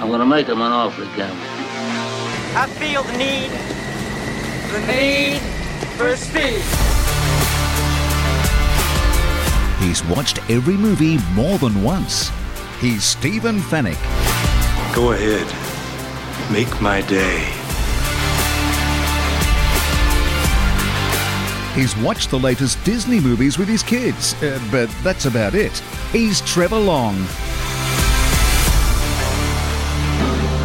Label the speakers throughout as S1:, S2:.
S1: I'm gonna make him an offer again.
S2: I feel the need, the need for speed.
S3: He's watched every movie more than once. He's Stephen Fennick.
S4: Go ahead. Make my day.
S3: He's watched the latest Disney movies with his kids, uh, but that's about it. He's Trevor Long.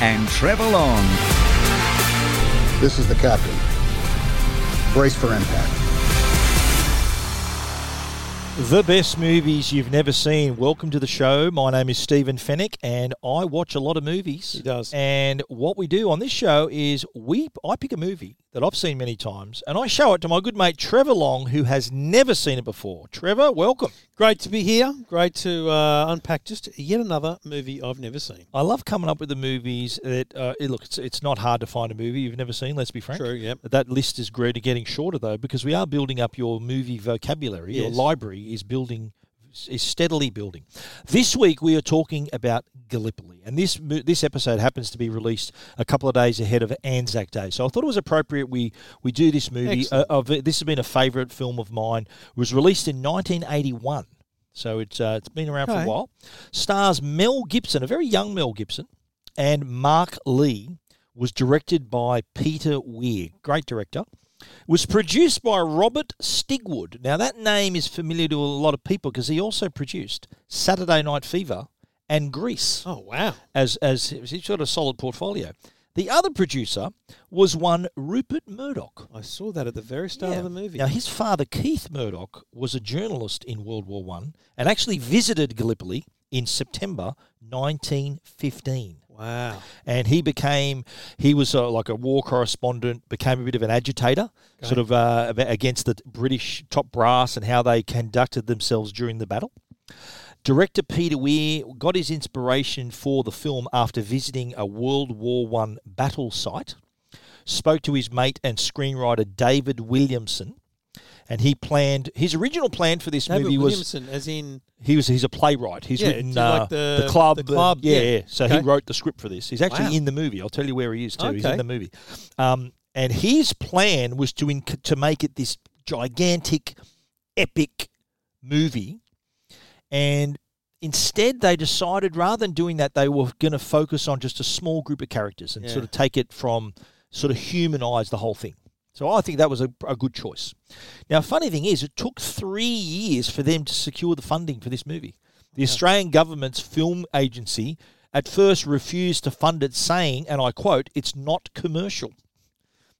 S3: and Trevor Long.
S5: This is the captain. Brace for impact.
S6: The best movies you've never seen. Welcome to the show. My name is Stephen Fennick, and I watch a lot of movies. He does. And what we do on this show is we I pick a movie that I've seen many times, and I show it to my good mate Trevor Long, who has never seen it before. Trevor, welcome.
S7: Great to be here. Great to uh, unpack just yet another movie I've never seen.
S6: I love coming up with the movies that uh, eh, look. It's, it's not hard to find a movie you've never seen. Let's be frank.
S7: True, yep.
S6: That list is gre- getting shorter though because we are building up your movie vocabulary. Your
S7: Yes.
S6: library is building is steadily building. This week we are talking about Gallipoli, and this mo- this episode happens to be released a couple of days ahead of Anzac Day. So I thought it was appropriate we we do this movie. Uh,
S7: Excellent.
S6: of it. this has been a favourite film of mine. It was released in 1981. So it's uh, it's been around for a
S7: Okay.
S6: while stars Mel Gibson, a very young Mel Gibson, and Mark Lee was directed by Peter Weir, great director. Was produced by Robert Stigwood. Now that name is familiar to a lot of people because he also produced Saturday Night Fever and Grease
S7: Oh wow!
S6: as as he's got a solid portfolio. The other producer was one Rupert Murdoch.
S7: I saw that at the very start
S6: Yeah.
S7: of the movie.
S6: Now, his father, Keith Murdoch, was a journalist in World War One and actually visited Gallipoli in September 1915.
S7: wow.
S6: And he became, he was uh like a war correspondent, became a bit of an agitator, sort of uh, ab- against the British top brass and how they conducted themselves during the battle. Director Peter Weir got his inspiration for the film after visiting a World War One battle site spoke to his mate and screenwriter David Williamson, and he planned his original plan for this
S7: David
S6: movie was
S7: Williamson, as in
S6: he was he's a playwright. He's
S7: Yeah,
S6: written
S7: so like
S6: uh,
S7: the-
S6: the club,
S7: The Club,
S6: yeah,
S7: yeah.
S6: yeah. So he
S7: Okay.
S6: wrote the script for this. He's actually
S7: Wow.
S6: in the movie. I'll tell you where he is too. He's in
S7: Okay.
S6: the movie, um, and his plan was to inc- to make it this gigantic, epic movie, and. Instead, they decided rather than doing that, they were going to focus on just a small group of characters and
S7: Yeah.
S6: sort of take it from sort of humanize the whole thing. So I think that was a, a good choice. Now, funny thing is, it took three years for them to secure the funding for this movie. The Australian government's film agency at first refused to fund it, saying, and I quote, it's not commercial.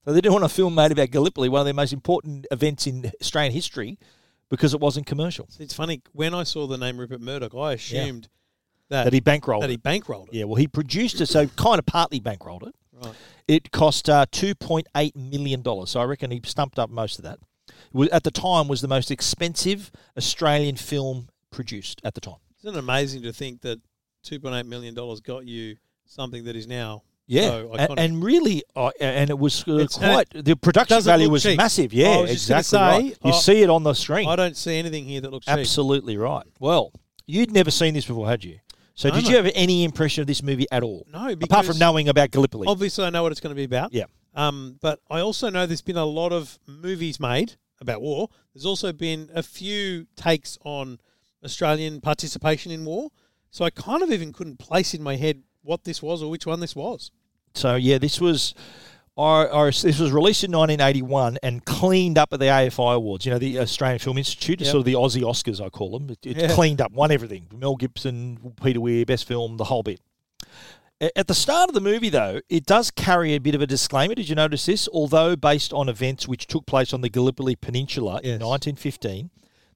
S6: So they didn't want a film made about Gallipoli, one of their most important events in Australian history, because it wasn't commercial.
S7: it's funny when I saw the name Rupert Murdoch, I assumed that,
S6: That he bankrolled.
S7: that he
S6: it.
S7: bankrolled it.
S6: Yeah, well, he produced it, so kind of partly bankrolled it.
S7: Right.
S6: It cost uh, two point eight million dollars. So I reckon he stumped up most of that. It was, at the time, was the most expensive Australian film produced at the time.
S7: Isn't it amazing to think that two point eight million dollars got you something that is now so
S6: A-
S7: iconic?
S6: and, really, uh, and it was uh,
S7: It's- and
S6: quite the production
S7: doesn't
S6: value
S7: look
S6: was
S7: cheap.
S6: massive. Yeah,
S7: I was just gonna
S6: exactly.
S7: say,
S6: right. You
S7: I-
S6: see it on the screen.
S7: I don't see anything here that looks cheap.
S6: Absolutely right. Well, you'd never seen this before, had you? So
S7: No,
S6: did
S7: mate.
S6: you have any impression of this movie at all?
S7: No,
S6: apart from
S7: because-
S6: knowing about Gallipoli.
S7: Obviously, I know what it's going to be about.
S6: Yeah.
S7: Um, but I also know there's been a lot of movies made about war. There's also been a few takes on Australian participation in war. So I kind of even couldn't place in my head what this was or which one this was.
S6: So yeah, this was. I I- this was released in 1981 and cleaned up at the AFI Awards. You know, the Australian Film Institute, it's
S7: Yep.
S6: sort of the Aussie Oscars, I call them. It, it
S7: Yeah.
S6: cleaned up, won everything. Mel Gibson, Peter Weir, best film, the whole bit. A- At the start of the movie, though, it does carry a bit of a disclaimer. Did you notice this? Although based on events which took place on the Gallipoli Peninsula in
S7: Yes.
S6: 1915,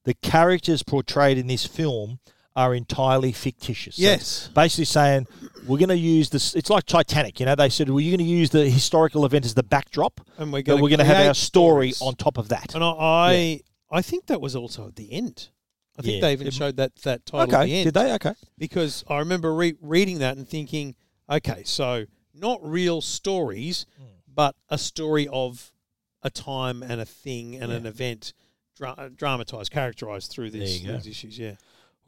S6: the characters portrayed in this film are entirely fictitious. So
S7: Yes.
S6: basically saying we're going to use this. It's like Titanic, you know. They said, "Well, you're going to use the historical event as the backdrop,
S7: And we're
S6: but
S7: gonna
S6: we're going to have
S7: create
S6: our story
S7: stories."
S6: on top of that."
S7: And I, I, I think that was also at the end. I think
S6: Yeah.
S7: they even
S6: It-
S7: showed that that title at the
S6: Okay,
S7: end.
S6: did they? Okay,
S7: Because I remember re- reading that and thinking, okay, so not real stories,
S6: Hmm.
S7: but a story of a time and a thing and an event, dra- dramatized, characterized through these,
S6: you go.
S7: these issues. Yeah.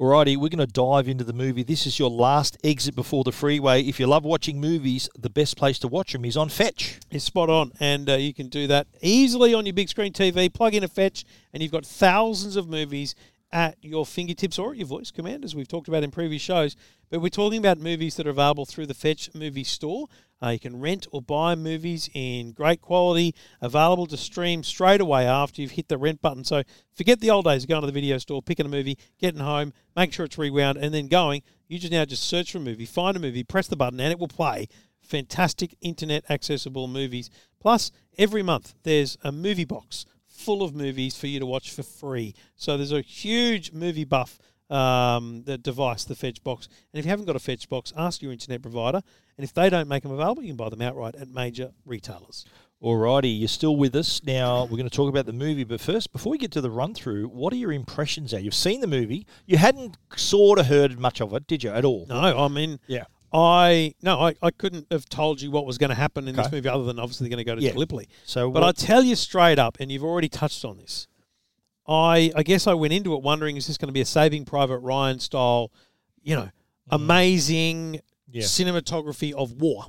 S6: Alrighty, we're going to dive into the movie. This is your last exit before the freeway. If you love watching movies, the best place to watch them is on Fetch.
S7: It's spot on, and uh, you can do that easily on your big screen TV. Plug in a fetch, and you've got thousands of movies at your fingertips or at your voice command, as we've talked about in previous shows. But we're talking about movies that are available through the Fetch Movie Store. Uh, you can rent or buy movies in great quality, available to stream straight away after you've hit the rent button. So forget the old days of going to the video store, picking a movie, getting home, make sure it's rewound, and then going. You just now just search for a movie, find a movie, press the button, and it will play fantastic internet accessible movies. Plus, every month there's a movie box full of movies for you to watch for free. So there's a huge movie buff um, the device, the Fetch box. And if you haven't got a Fetch box, ask your internet provider. And if they don't make them available, you can buy them outright at major retailers.
S6: Alrighty, you're still with us. Now we're going to talk about the movie, but first, before we get to the run through, what are your impressions? Now you've seen the movie, you hadn't sort of heard much of it, did you at all?
S7: No, I mean,
S6: Yeah.
S7: I no, I, I couldn't have told you what was going to happen in this
S6: Okay.
S7: movie other than obviously they're going to go to
S6: Yeah.
S7: Gallipoli.
S6: So
S7: but
S6: what-
S7: I tell you straight up, and you've already touched on this. I I guess I went into it wondering is this going to be a Saving Private Ryan style, you know,
S6: Mm.
S7: amazing
S6: Yeah. Mm.
S7: cinematography of war.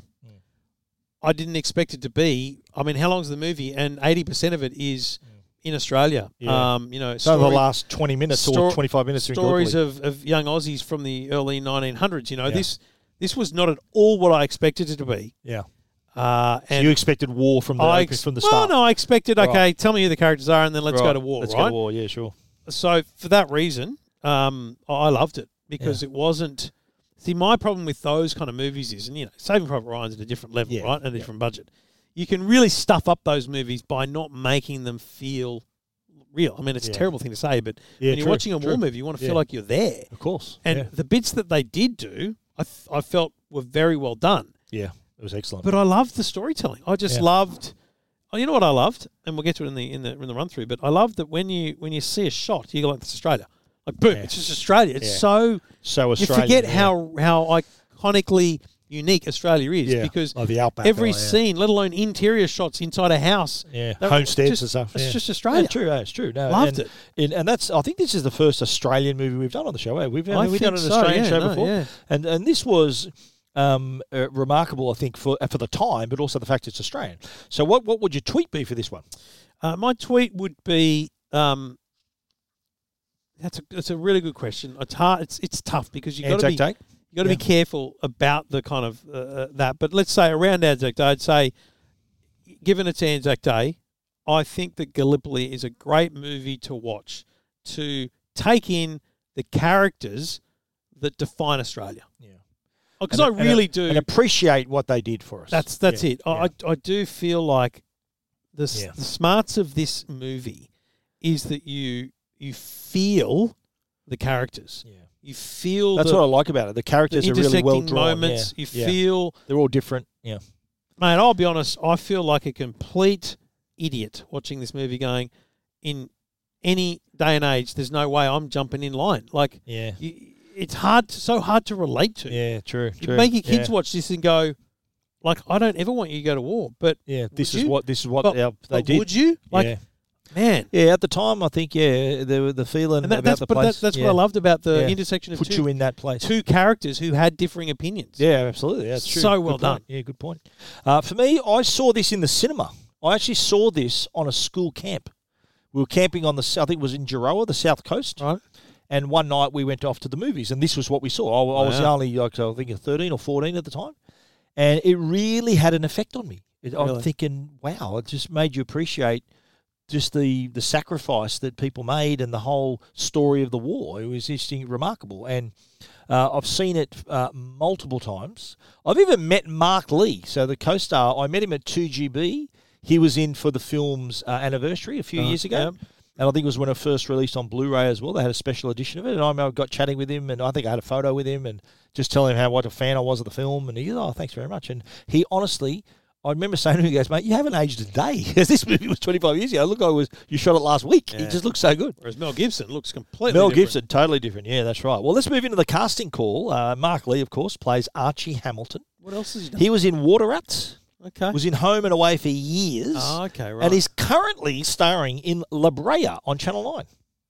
S7: I didn't expect it to be. I mean, how long's the movie? And eighty percent of it is in Australia.
S6: Mm. Yeah.
S7: Um, you know,
S6: So the
S7: story-
S6: last 20 minutes or
S7: Stor-
S6: 25 minutes are in
S7: stories
S6: Gallipoli.
S7: of, of young Aussies from the early 1900s. You know, this this was not at all what I expected it to be.
S6: yeah.
S7: Uh,
S6: So
S7: and
S6: you expected war from the
S7: I
S6: open-
S7: ex-
S6: from the
S7: well,
S6: start.
S7: no, I expected.
S6: Right.
S7: Okay, tell me who the characters are, and then let's
S6: Right,
S7: go to war.
S6: Let's
S7: right?
S6: go to war. Yeah, sure.
S7: So for that reason, um, I I loved it because it wasn't. See, my problem with those kind of movies is, and you know, Saving Private Ryan's at a different level,
S6: Yeah,
S7: right, and a
S6: yeah.
S7: different budget. You can really stuff up those movies by not making them feel real. I mean, it's
S6: Yeah.
S7: a terrible thing to say, but
S6: Yeah,
S7: when you're
S6: true,
S7: watching a
S6: true.
S7: war movie, you want to
S6: Yeah.
S7: feel like you're there.
S6: Of course.
S7: And the bits that they did do, I, th- I felt were very well done.
S6: yeah. Yeah, it was excellent.
S7: But I loved the storytelling. I just
S6: Yeah.
S7: loved. Oh, you know what I loved, and we'll get to it in the in the in the run through. But I love that when you when you see a shot, you go like, "That's Australia!" Like, boom,
S6: Yeah.
S7: it's just Australia. It's
S6: Yeah.
S7: so
S6: so Australia.
S7: you forget
S6: yeah.
S7: how how iconically unique Australia is
S6: Yeah.
S7: because
S6: Oh, the outback,
S7: every
S6: oh, yeah.
S7: scene, let alone interior shots inside a house,
S6: Yeah,
S7: that-
S6: homesteads
S7: just-
S6: and stuff.
S7: It's
S6: yeah.
S7: just Australia.
S6: Yeah, it's true. Yeah, it's true. No, and,
S7: Loved it.
S6: And, and that's. I think this is the first Australian movie we've done on the show. eh? We've,
S7: I
S6: have we done an
S7: think so,
S6: Australian
S7: yeah,
S6: show
S7: no,
S6: before,
S7: yeah.
S6: and and this was. Um, uh, remarkable, I think, for uh, for the time, but also the fact it's Australian. So, what what would your tweet be for this one?
S7: Uh, my tweet would be um, that's a that's a really good question. It's hard. It's it's tough because you got to
S6: Anzac
S7: be
S6: Day?
S7: you got to be
S6: Yeah.
S7: careful about the kind of uh, uh, that. But let's say around Anzac Day, I'd say, given it's Anzac Day, I think that Gallipoli is a great movie to watch to take in the characters that define Australia.
S6: Yeah.
S7: because I
S6: And- and-
S7: really do.
S6: and appreciate what they did for us.
S7: That's that's
S6: Yeah,
S7: it. I, I I do feel like the, s
S6: Yeah.
S7: the smarts of this movie is that you you feel the characters.
S6: Yeah.
S7: You feel
S6: That's
S7: the,
S6: what I like about it. The
S7: the
S6: characters are really
S7: intersecting
S6: well drawn.
S7: moments.
S6: yeah,
S7: You
S6: yeah.
S7: feel,
S6: they're all different. Yeah,
S7: man. I'll be honest. I feel like a complete idiot watching this movie. Going in any day and age, there's no way I'm jumping in line. Like,
S6: Yeah.
S7: you, it's hard, to, so hard to relate to.
S6: yeah, true.
S7: You
S6: true.
S7: make your kids
S6: yeah.
S7: watch this and go, like, I don't ever want you to go to war, but
S6: Yeah, this
S7: would
S6: is
S7: you?
S6: what this is what
S7: But-
S6: they, they
S7: but
S6: did.
S7: Would you like,
S6: yeah.
S7: man?
S6: Yeah, at the time, I think yeah, the the feeling
S7: And that,
S6: about
S7: that's
S6: the
S7: but
S6: place.
S7: that, that's
S6: yeah.
S7: what I loved about the
S6: Yeah.
S7: intersection of
S6: Put
S7: two,
S6: you in that place.
S7: two characters who had differing opinions.
S6: Yeah, absolutely. That's true.
S7: So
S6: Good
S7: well
S6: point.
S7: done.
S6: Yeah, good point. Uh, for me, I saw this in the cinema. I actually saw this on a school camp. We were camping on the s- I think it was in Jeroa, the south coast.
S7: Right.
S6: And one night we went off to the movies, and this was what we saw. I, I was
S7: Wow.
S6: only like I think thirteen or fourteen at the time, and it really had an effect on me. It, I'm
S7: Really?
S6: thinking, wow, it just made you appreciate just the the sacrifice that people made and the whole story of the war. It was just remarkable, and uh, I've seen it uh, multiple times. I've even met Mark Lee, so the co-star. I met him at Two GB. He was in for the film's uh, anniversary a few years ago. And I think it was when it first released on Blu-ray as well. They had a special edition of it, and I remember I got chatting with him, and I think I had a photo with him, and just telling him how what a fan I was of the film, and he goes, "Oh, thanks very much." And he honestly, I remember saying to him, "He goes, mate, you haven't aged a day. Because this movie was 25 years ago. Look, I was you shot it last week. It just looks so good."
S7: Whereas Mel Gibson looks completely
S6: Mel
S7: different.
S6: Gibson, totally different. Yeah, that's right. Well, let's move into the casting call. Uh, Mark Lee, of course, plays Archie Hamilton.
S7: What else has he done?
S6: He was in Water Rats.
S7: okay.
S6: Was in Home and Away for years.
S7: Oh, okay, right.
S6: And he's currently starring in La Brea on Channel Nine.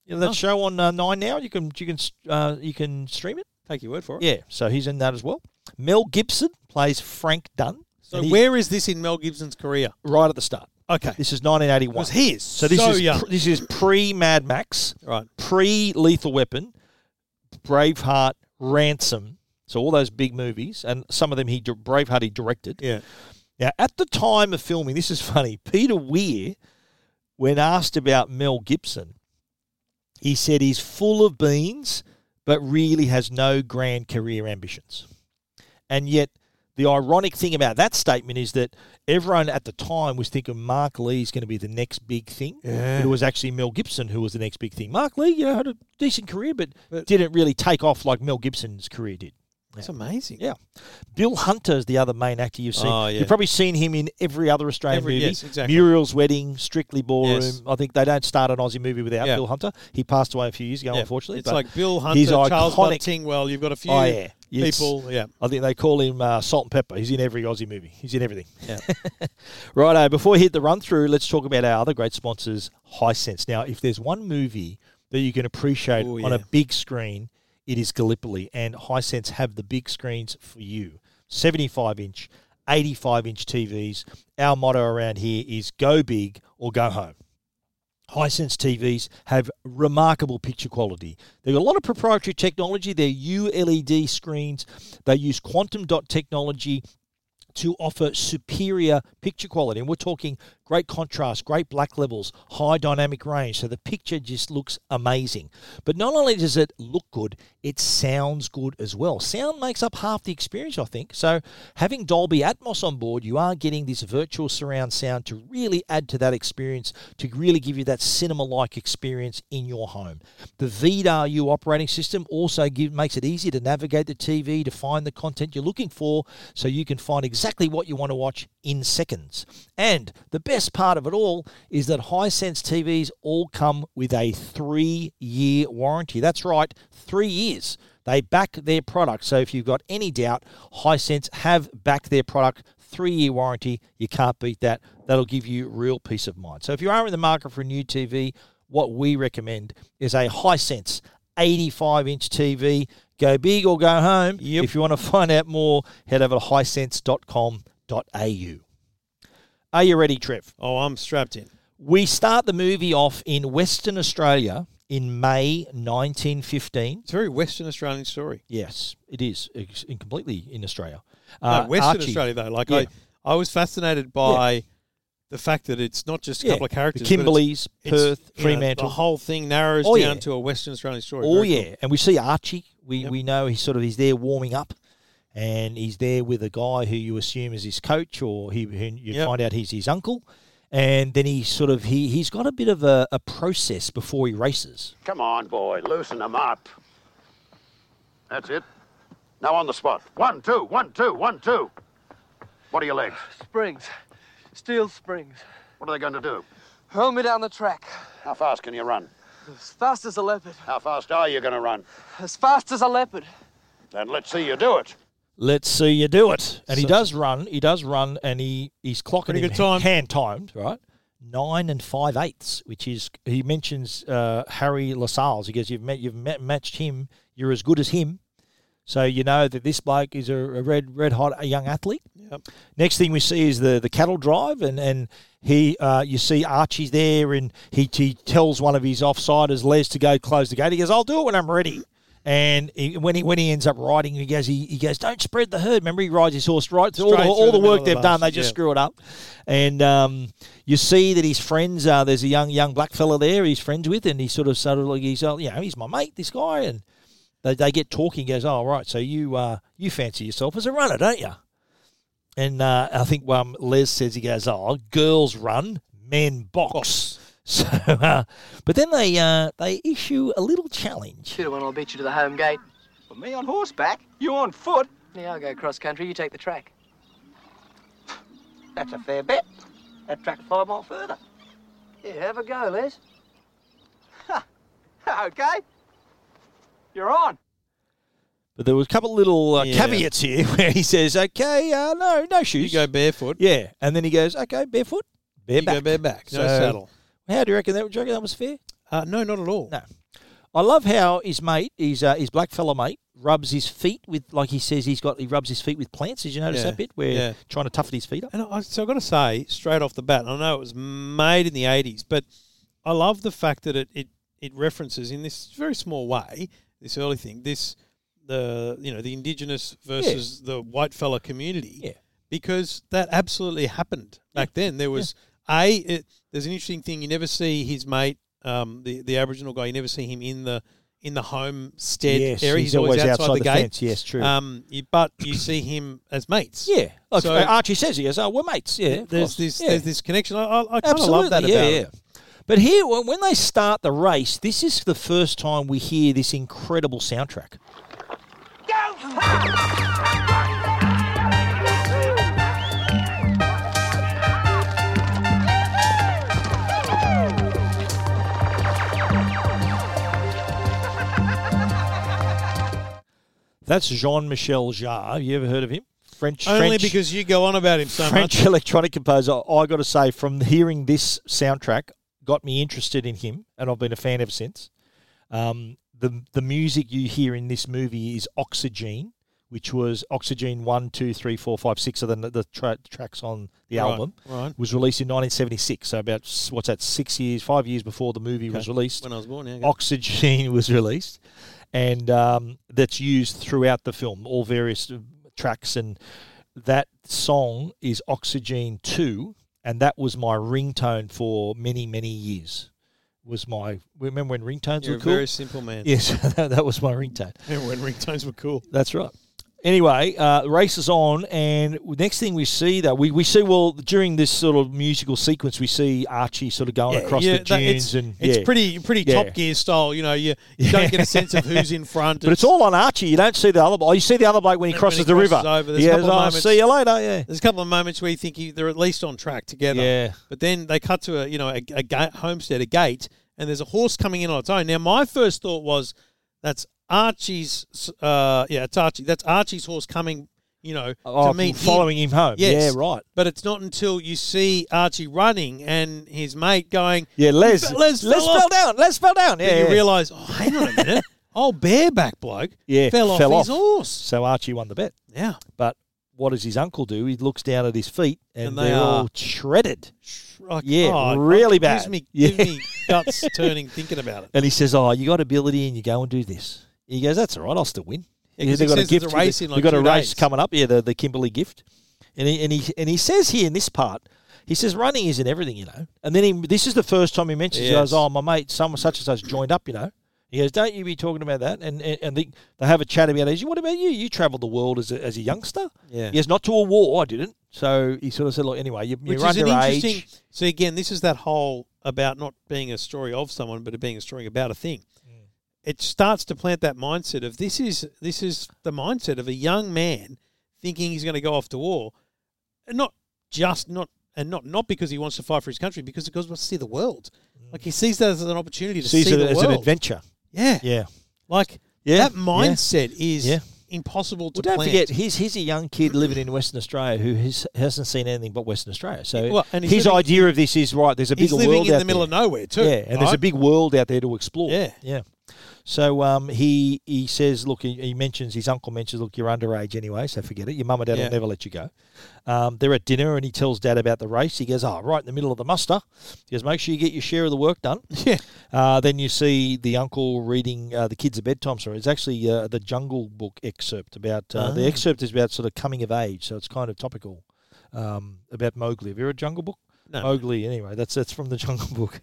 S6: You
S7: Oh.
S6: know that show on uh, Nine now. You can you can uh, you can stream it.
S7: Take your word for it.
S6: Yeah, so he's in that as well. Mel Gibson plays Frank Dunn.
S7: So
S6: And he-
S7: where is this in Mel Gibson's career?
S6: right at the start.
S7: Okay.
S6: This is 1981.
S7: Because he is
S6: so this
S7: so
S6: is
S7: young.
S6: Pr- this is pre Mad Max,
S7: Right.
S6: Pre Lethal Weapon, Braveheart, Ransom. So all those big movies, and some of them he di- Braveheart he directed.
S7: Yeah.
S6: Now at the time of filming, this is funny. Peter Weir, when asked about Mel Gibson, he said he's full of beans, but really has no grand career ambitions. And yet, the ironic thing about that statement is that everyone at the time was thinking Mark Lee's going to be the next big thing. But It was actually Mel Gibson who was the next big thing. Mark Lee, you know, had a decent career, but, didn't really take off like Mel Gibson's career did.
S7: That's amazing.
S6: Yeah. Bill Hunter is the other main actor you've seen.
S7: Oh, yeah.
S6: You've probably seen him in every other Australian
S7: Every-
S6: movie.
S7: yes, exactly.
S6: Muriel's Wedding, Strictly Ballroom.
S7: Yes.
S6: I think they don't start an Aussie movie without
S7: Yeah.
S6: Bill Hunter. He passed away a few years ago,
S7: Yeah.
S6: unfortunately.
S7: It's
S6: but
S7: like Bill Hunter,
S6: his
S7: Charles
S6: iconic
S7: Tingwell. You've got a few
S6: Oh, yeah. Yes.
S7: people. Yeah.
S6: I think they call him uh, Salt and Pepper. He's in every Aussie movie. He's in everything.
S7: Yeah.
S6: Righto. Before we hit the run through, let's talk about our other great sponsors, Hisense. Now, if there's one movie that you can appreciate
S7: Ooh,
S6: on a
S7: yeah.
S6: big screen, it is Gallipoli, and Hisense have the big screens for you. 75 inch, 85 inch TVs. Our motto around here is go big or go home. Hisense TVs have remarkable picture quality. They've got a lot of proprietary technology. They're ULED screens. They use quantum dot technology to offer superior picture quality. And we're talking great contrast, great black levels, high dynamic range. So the picture just looks amazing. But not only does it look good, it sounds good as well. Sound makes up half the experience, I think. So having Dolby Atmos on board, you are getting this virtual surround sound to really add to that experience, to really give you that cinema like experience in your home. The VDARU operating system also give, makes it easy to navigate the TV, to find the content you're looking for, so you can find exactly what you want to watch in seconds. And the best part of it all is that Hisense TVs all come with a three year warranty. That's right, three years. They back their product. So if you've got any doubt, Hisense have backed their product. Three year warranty. You can't beat that. That'll give you real peace of mind. So if you are in the market for a new TV, what we recommend is a Hisense 85 inch TV. Go big or go home. If you want to find out more, head over to hisense.com.au. Are you ready, Trev?
S7: Oh, I'm strapped in.
S6: We start the movie off in Western Australia in May 1915.
S7: It's a very Western Australian story.
S6: Yes, it is. It's in- completely in Australia.
S7: No, Western
S6: Uh, Archie.
S7: Australia though. Like
S6: Yeah.
S7: I, I was fascinated by the fact that it's not just a
S6: Yeah.
S7: couple of characters.
S6: The
S7: but
S6: Kimberleys,
S7: it's- it's,
S6: Perth,
S7: you know,
S6: Fremantle.
S7: the whole thing narrows
S6: Oh,
S7: down
S6: yeah.
S7: to a Western Australian story.
S6: Oh
S7: Very cool.
S6: yeah, and we see Archie. We we know he's sort of he's there warming up, and he's there with a guy who you assume is his coach, or he who you
S7: Yep.
S6: find out he's his uncle, and then he sort of he he's got a bit of a, a process before he races.
S1: Come on, boy, loosen them up. That's it. Now on the spot. One, two, one, two, one, two. What are your legs?
S8: Springs. Steel springs.
S1: What are they going to do?
S8: Hurl me down the track.
S1: How fast can you run?
S8: As fast as a leopard.
S1: How fast are you going to run?
S8: As fast as a leopard.
S1: Then let's see you do it.
S6: Let's see you do it, and he does run. He does run, and he he's clocking
S7: Pretty
S6: him
S7: good time.
S6: hand timed right. Nine and five eighths, which is he mentions uh, Harry Lascelles. He goes, "You've met, you've met, matched him. You're as good as him." So you know that this bloke is a, a red, red hot a young athlete.
S7: Yep.
S6: Next thing we see is the the cattle drive, and and he uh, you see Archie's there, and he he tells one of his offsiders Les to go close the gate. He goes, "I'll do it when I'm ready." And he, when he when he ends up riding, he goes he, he goes don't spread the herd. Remember, he rides his horse right through all the,
S7: Straight
S6: all
S7: through
S6: the
S7: the middle
S6: work
S7: of
S6: they've
S7: the
S6: done.
S7: bus,
S6: They just
S7: yeah.
S6: screw it up, and um, you see that his friends are there's a young young black fella there he's friends with, and he sort of sort of like he's oh, you know he's my mate this guy, and they, they get talking. He goes oh right, so you uh, you fancy yourself as a runner, don't you? And uh, I think um, Les says he goes, "Oh, girls run, men box." So, uh, but then they uh, they issue a little challenge.
S9: Should have won, I'll beat you to the home gate. But me on horseback? You on foot? Yeah, I'll go cross country, you take the track. That's a fair bet. That track five mile further. Yeah, have a go, Les. okay. You're on.
S6: But there was a couple little uh,
S7: Yeah.
S6: caveats here where he says, "Okay, uh, no, no shoes."
S7: You go barefoot.
S6: yeah, and then he goes, "Okay, barefoot, bareback,
S7: You go bareback. No
S6: So-
S7: saddle.
S6: How do you reckon that? Do you reckon that was fair?
S7: Uh, no, not at all.
S6: No. I love how his mate, his uh, his black fella mate, rubs his feet with like he says he's got. He rubs his feet with plants. Did you notice
S7: Yeah.
S6: that bit where
S7: Yeah.
S6: trying to toughen his feet up?
S7: And I, so I've got to say, straight off the bat, I know it was made in the 80s, but I love the fact that it, it, it references in this very small way, this early thing, this, the, you know, the indigenous versus the white fella community.
S6: Yeah.
S7: Because that absolutely happened back then. There was, A, it, there's an interesting thing. You never see his mate, um, the, the Aboriginal guy, you never see him in the, in the homestead
S6: Yes,
S7: area.
S6: he's always outside the
S7: gate.
S6: fence. Yes, true.
S7: Um, you, but you see him as mates.
S6: Yeah. Like uh,
S7: So-
S6: Archie says, he goes, oh, we're mates. Yeah. of
S7: there's
S6: course.
S7: this
S6: Yeah.
S7: there's this connection. I, I, I kind of love that
S6: yeah,
S7: about
S6: yeah.
S7: it.
S6: But here, when when they start the race, this is the first time we hear this incredible soundtrack. That's Jean Michel Jarre. You ever heard of him? French,
S7: Only
S6: French,
S7: because you go on about him so
S6: French
S7: much.
S6: electronic composer. I got to say, from hearing this soundtrack, got me interested in him, and I've been a fan ever since. Um, the the music you hear in this movie is Oxygen, which was Oxygen one, two, three, four, five, six of the the tra- tracks on the
S7: Right,
S6: album.
S7: right.
S6: Was released in 1976, so about s- what's that? Six years, five years before the movie was released.
S7: When I was born, yeah. okay.
S6: Oxygen was released, and um, that's used throughout the film, all various uh, tracks. And that song is Oxygen 2, and that was my ringtone for many, many years. Was my remember when ringtones
S7: You're
S6: were
S7: a
S6: cool?
S7: very simple man.
S6: yes, that, that was my ringtone.
S7: Remember when ringtones were cool.
S6: That's right. Anyway, uh, the race is on, and next thing we see though, we, we see well during this sort of musical sequence, we see Archie sort of going across the
S7: that-
S6: dunes,
S7: it's,
S6: and
S7: it's
S6: yeah.
S7: pretty pretty
S6: Yeah.
S7: Top Gear style. You know, you, you don't get a sense of who's in front.
S6: But it's all on Archie. You don't see the other bloke. You see the other bloke when he
S7: When he
S6: crosses the
S7: crosses
S6: river.
S7: over, there's a
S6: yeah,
S7: couple of
S6: I'll
S7: moments-
S6: see you later. Yeah.
S7: There's a couple of moments where you think you, they're at least on track together.
S6: Yeah.
S7: But then they cut to a you know a, a ga- homestead, a gate, and there's a horse coming in on its own. Now my first thought was, that's Archie's. Uh, yeah, it's Archie. That's Archie's horse coming. You know,
S6: Oh,
S7: to meet him.
S6: following him, home.
S7: Yes.
S6: Yeah, right.
S7: But it's not until you see Archie running and his mate going,
S6: Yeah, Les.
S7: "Fe- Les,
S6: Les
S7: fell, off,"
S6: down. Les fell down. Yeah.
S7: that
S6: yeah.
S7: you realise, oh, hang on a minute, old bareback bloke
S6: Yeah,
S7: fell, off,
S6: fell
S7: his
S6: off.
S7: horse.
S6: so Archie won the bet.
S7: Yeah,
S6: But what does his uncle do? He looks down at his feet and,
S7: And they
S6: they are all
S7: are-
S6: shredded.
S7: Like,
S6: Yeah,
S7: oh, it
S6: really
S7: gives
S6: bad.
S7: Me,
S6: Yeah.
S7: Gives me guts turning thinking about it.
S6: And he says, "Oh, you got ability, and you go and do this." He goes, "That's all right. I'll still win."
S7: Yeah,
S6: He
S7: 'cause
S6: said,
S7: he
S6: "They've got
S7: says there's a
S6: to-
S7: race in, like,
S6: they've got a
S7: two
S6: race
S7: days."
S6: coming up. Yeah, the, the Kimberley gift, and he and he and he says here in this part, he says running isn't everything, you know. And then he, this is the first time he mentions, he
S7: Yes.
S6: goes, "Oh, my mate, someone such and such joined up, you know." He goes, "Don't you be talking about that?" And and, and they, they have a chat about it. What about you? You travelled the world as a, as a youngster.
S7: Yeah.
S6: Yes, not to a war. I didn't. So he sort of said, "Look, anyway, you, you're
S7: Which is an
S6: underage."
S7: interesting. So again, this is that whole about not being a story of someone, but it being a story about a thing. It starts to plant that mindset of this is this is the mindset of a young man thinking he's going to go off to war, and not just not and not not because he wants to fight for his country, because he goes wants to see the world. Like he sees that as an opportunity to
S6: sees
S7: see
S6: it
S7: the
S6: as
S7: world.
S6: an adventure.
S7: Yeah,
S6: Yeah.
S7: like
S6: Yeah,
S7: that
S6: yeah.
S7: mindset is
S6: Yeah.
S7: impossible to
S6: Well, don't
S7: plant.
S6: forget, he's he's a young kid living in Western Australia who has, hasn't seen anything but Western Australia. So
S7: Well, and he's
S6: his
S7: living-
S6: idea of this is right. There's a bigger
S7: he's living
S6: world
S7: in
S6: out
S7: the middle
S6: there.
S7: of nowhere too.
S6: yeah, and there's a
S7: right?
S6: big world out there to explore.
S7: Yeah.
S6: yeah. So um, he he says, look, he, he mentions his uncle mentions, look, you're underage anyway, so forget it. Your mum and dad
S7: Yeah.
S6: will never let you go. Um, they're at dinner, and he tells dad about the race. He goes, oh, right in the middle of the muster. He goes, make sure you get your share of the work done.
S7: Yeah.
S6: Uh, then you see the uncle reading uh, the kids a bedtime story. It's actually uh, the Jungle Book excerpt about uh, the
S7: Ah.
S6: excerpt is about sort of coming of age, so it's kind of topical um, about Mowgli. Have you read Jungle Book?
S7: No.
S6: Mowgli. Anyway, that's that's from the Jungle Book,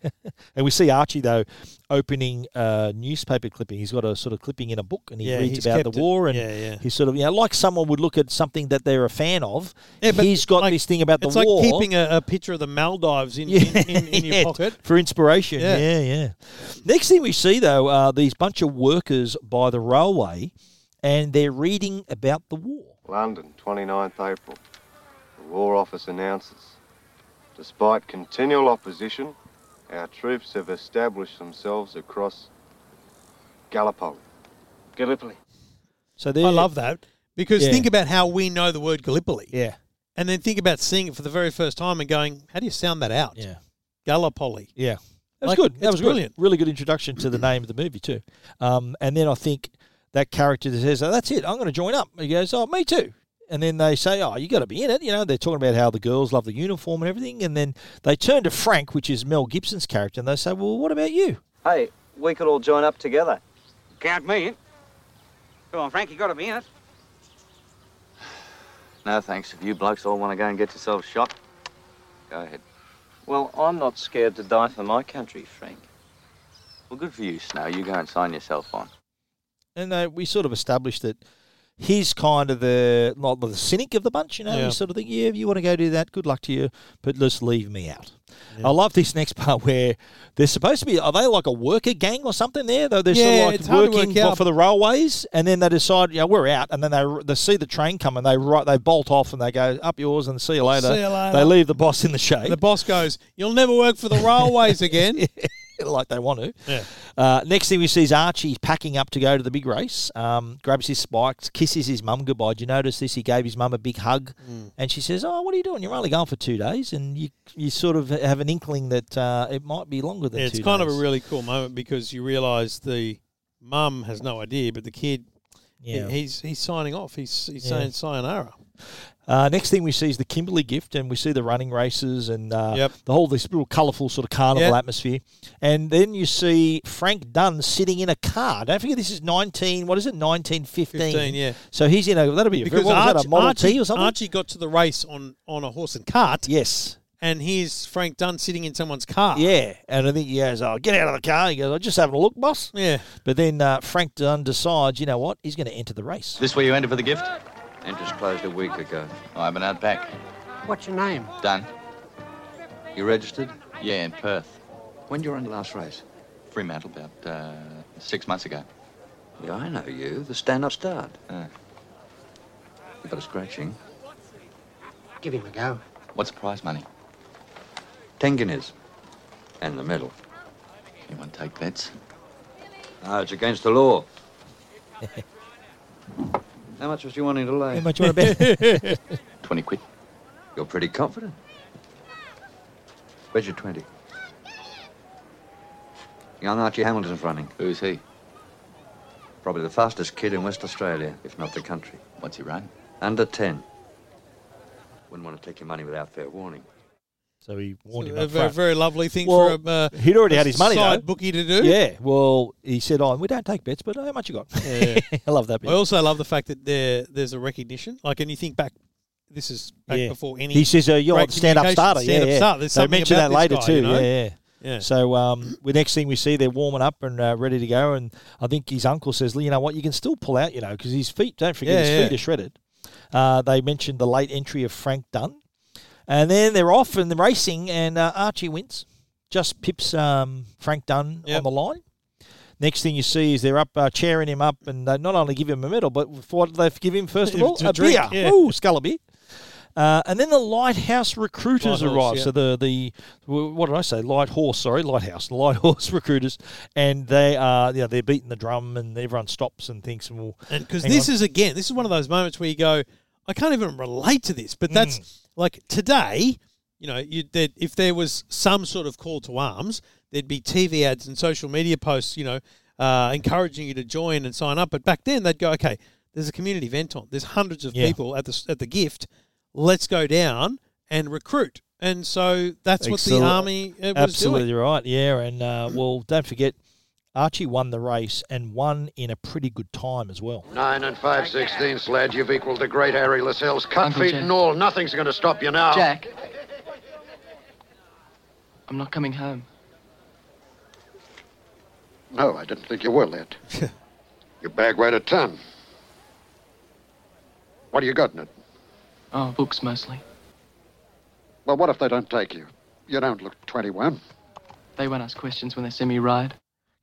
S6: and we see Archie though opening a newspaper clipping. He's got a sort of clipping in a book, and he
S7: Yeah,
S6: reads
S7: he's
S6: about the
S7: kept it.
S6: war, and
S7: Yeah, yeah.
S6: he's sort of you know like someone would look at something that they're a fan of.
S7: Yeah, but
S6: he's got
S7: like-
S6: this thing about the
S7: it's like
S6: war.
S7: keeping a, a picture of the Maldives in, in, in, in your
S6: Yeah,
S7: pocket.
S6: for inspiration.
S7: Yeah.
S6: Yeah, yeah. Next thing we see though are these bunch of workers by the railway, and they're reading about the war.
S10: London, 29th April. The War Office announces Despite continual opposition, our troops have established themselves across Gallipoli. Gallipoli.
S6: So
S7: I love that because
S6: Yeah.
S7: think about how we know the word Gallipoli.
S6: Yeah.
S7: And then think about seeing it for the very first time and going, how do you sound that out?
S6: Yeah.
S7: Gallipoli.
S6: Yeah. That was
S7: Like,
S6: good.
S7: it's
S6: That was
S7: brilliant.
S6: Good. Really good introduction to the name of the movie too. Um, and then I think that character that says, "Oh, that's it. I'm going to join up." He goes, "Oh, me too." And then they say, "Oh, you got to be in it." You know, they're talking about how the girls love the uniform and everything. And then they turn to Frank, which is Mel Gibson's character, and they say, "Well, what about you?"
S9: Hey, we could all join up together.
S11: Count me in. Come on, Frank, you got to be in it.
S9: No, thanks. If you blokes all want to go and get yourselves shot, go ahead. Well, I'm not scared to die for my country, Frank. Well, good for you, Snow. You go and sign yourself on.
S6: and they, we sort of established that he's kind of the not the cynic of the bunch, you know.
S7: Yeah.
S6: You sort of think, yeah, if you want to go do that, good luck to you, but just leave me out. I love this next part where they're supposed to be. Are they like a worker gang or something there? Though they're
S7: Yeah,
S6: sort
S7: it's
S6: of
S7: hard
S6: like
S7: to work
S6: working for-
S7: out.
S6: for the railways, and then they decide, yeah, we're out, and then they they see the train coming, they ri- they bolt off, and they go up yours and see you later.
S7: See you later.
S6: They leave the boss in the shade.
S7: The boss goes, you'll never work for the railways again.
S6: like they want to.
S7: Yeah.
S6: Uh, next thing we see is Archie packing up to go to the big race. Um, grabs his spikes, kisses his mum goodbye. Do you notice this? He gave his mum a big hug,
S7: Mm.
S6: and she says, "Oh, what are you doing? You're only going for two days." And you you sort of have an inkling that uh, it might be longer than
S7: Yeah,
S6: two
S7: it's kind
S6: days.
S7: of a really cool moment because you realise the mum has no idea, but the kid,
S6: Yeah.
S7: he- he's he's signing off. He's he's
S6: Yeah.
S7: saying sayonara.
S6: Uh, next thing we see is the Kimberley gift, and we see the running races and uh,
S7: Yep.
S6: the whole this little colourful sort of carnival
S7: Yep.
S6: atmosphere. And then you see Frank Dunn sitting in a car. Don't forget, this is nineteen. What is it? Nineteen fifteen.
S7: 15, yeah.
S6: So he's in a that'll be a
S7: Because
S6: what was that,
S7: Archie,
S6: a Model
S7: Archie,
S6: T or something.
S7: Archie got to the race on on a horse and cart.
S6: Yes.
S7: And here's Frank Dunn sitting in someone's car.
S6: Yeah, and I think he goes, "Oh, get out of the car." He goes, "I'm just having a look, boss."
S7: Yeah.
S6: But then uh, Frank Dunn decides, you know what? He's going to enter the race.
S12: This where you enter for the gift? Entrance closed a week ago. I've been out back.
S11: What's your name?
S12: Done. You registered? Yeah, in Perth. When did you run the last race? Fremantle, about uh, six months ago. Uh. Yeah, I know you, the stand-up start. you got a scratching.
S11: Give him a go.
S12: What's the prize money? Ten guineas. And the medal. Anyone take bets? No, it's against the law. How much was you wanting to lay?
S6: How much you want to bet?
S12: 20 quid. You're pretty confident. Where's your 20? Young Archie Hamilton's running. Who's he? Probably the fastest kid in West Australia, if not the country. What's he run? Under 10. Wouldn't want to take your money without fair warning.
S6: So he warned him
S7: A
S6: up
S7: very,
S6: front.
S7: very lovely thing
S6: Well,
S7: for a uh,
S6: he'd already
S7: a
S6: had his money,
S7: side
S6: though.
S7: bookie to do.
S6: Yeah. Well, he said, "Oh, we don't take bets, but how much you got?"
S7: Yeah.
S6: I love that bit.
S7: I also love the fact that there there's a recognition. Like, and you think back, this is back
S6: Yeah.
S7: before any.
S6: He says, uh, "You're
S7: great
S6: like stand up
S7: communication,
S6: starter."
S7: stand-up
S6: yeah, yeah.
S7: starter. There's
S6: they
S7: something
S6: mention that
S7: about
S6: later
S7: this guy,
S6: too.
S7: you know?
S6: Yeah, yeah.
S7: Yeah.
S6: So um, the next thing we see, they're warming up and uh, ready to go. And I think his uncle says, "You know what? You can still pull out, you know, because his feet. Don't forget,
S7: Yeah,
S6: his
S7: yeah.
S6: feet are shredded." Uh, they mentioned the late entry of Frank Dunn, and then they're off and they're racing, and uh, Archie wins, just pips um, Frank Dunn on the line. Next thing you see is they're up uh, cheering him up, and they not only give him a medal, but for what do they give him first of all?
S7: To
S6: a
S7: drink,
S6: beer.
S7: yeah.
S6: Ooh, scull a beer. Uh, and then the lighthouse recruiters
S7: Light horse,
S6: arrive.
S7: yeah.
S6: So the the w- what did I say? Light horse, sorry, lighthouse, light horse recruiters, and they are yeah they're beating the drum, and everyone stops and thinks, well,
S7: And because
S6: hang
S7: this
S6: on.
S7: is again, this is one of those moments where you go, I can't even relate to this. But that's
S6: Mm.
S7: like today, you know, you that if there was some sort of call to arms, there'd be TV ads and social media posts, you know, uh, encouraging you to join and sign up. But back then, they'd go, okay, there's a community event on. There's hundreds of
S6: Yeah.
S7: people at the s- at the gift. Let's go down and recruit. And so that's what the
S6: Excellent.
S7: army uh, was
S6: Absolutely
S7: doing.
S6: right. Yeah, and uh, well, don't forget, Archie won the race and won in a pretty good time as well.
S1: Nine and five sixteenths, lad. You've equaled the great Harry Lascelles. Cut
S6: Uncle
S1: feet
S6: Jack.
S1: and all. Nothing's going to stop you now.
S13: Jack. I'm not coming home.
S1: No, I didn't think you were, lad. Your bag weighed a ton. What do you got in it?
S13: Oh, books mostly.
S1: Well, what if they don't take you? You don't look 21.
S13: They won't ask questions when they see me ride.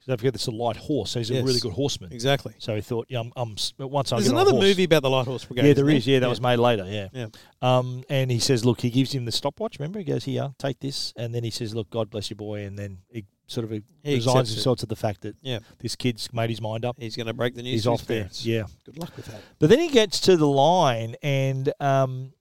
S6: Don't forget, this is a light horse, so he's
S13: Yes.
S6: a really good horseman.
S7: Exactly.
S6: So he thought, yeah, I'm, I'm s- but once I
S7: There's
S6: get on a
S7: another
S6: horse-
S7: movie about the Light Horse Brigade,
S6: Yeah, there
S7: isn't
S6: is.
S7: there?
S6: Yeah, that
S7: Yeah.
S6: was made later. Yeah.
S7: Yeah.
S6: Um, and he says, look, he gives him the stopwatch. Remember, he goes, here, take this, and then he says, look, God bless you, boy, and then he sort of resigns
S7: accepts it.
S6: himself to the fact that
S7: Yeah.
S6: this kid's made his mind up.
S7: He's going to break the news.
S6: He's
S7: to
S6: off
S7: his
S6: there.
S7: parents.
S6: Yeah.
S7: Good luck with that.
S6: But then he gets to the line, and um,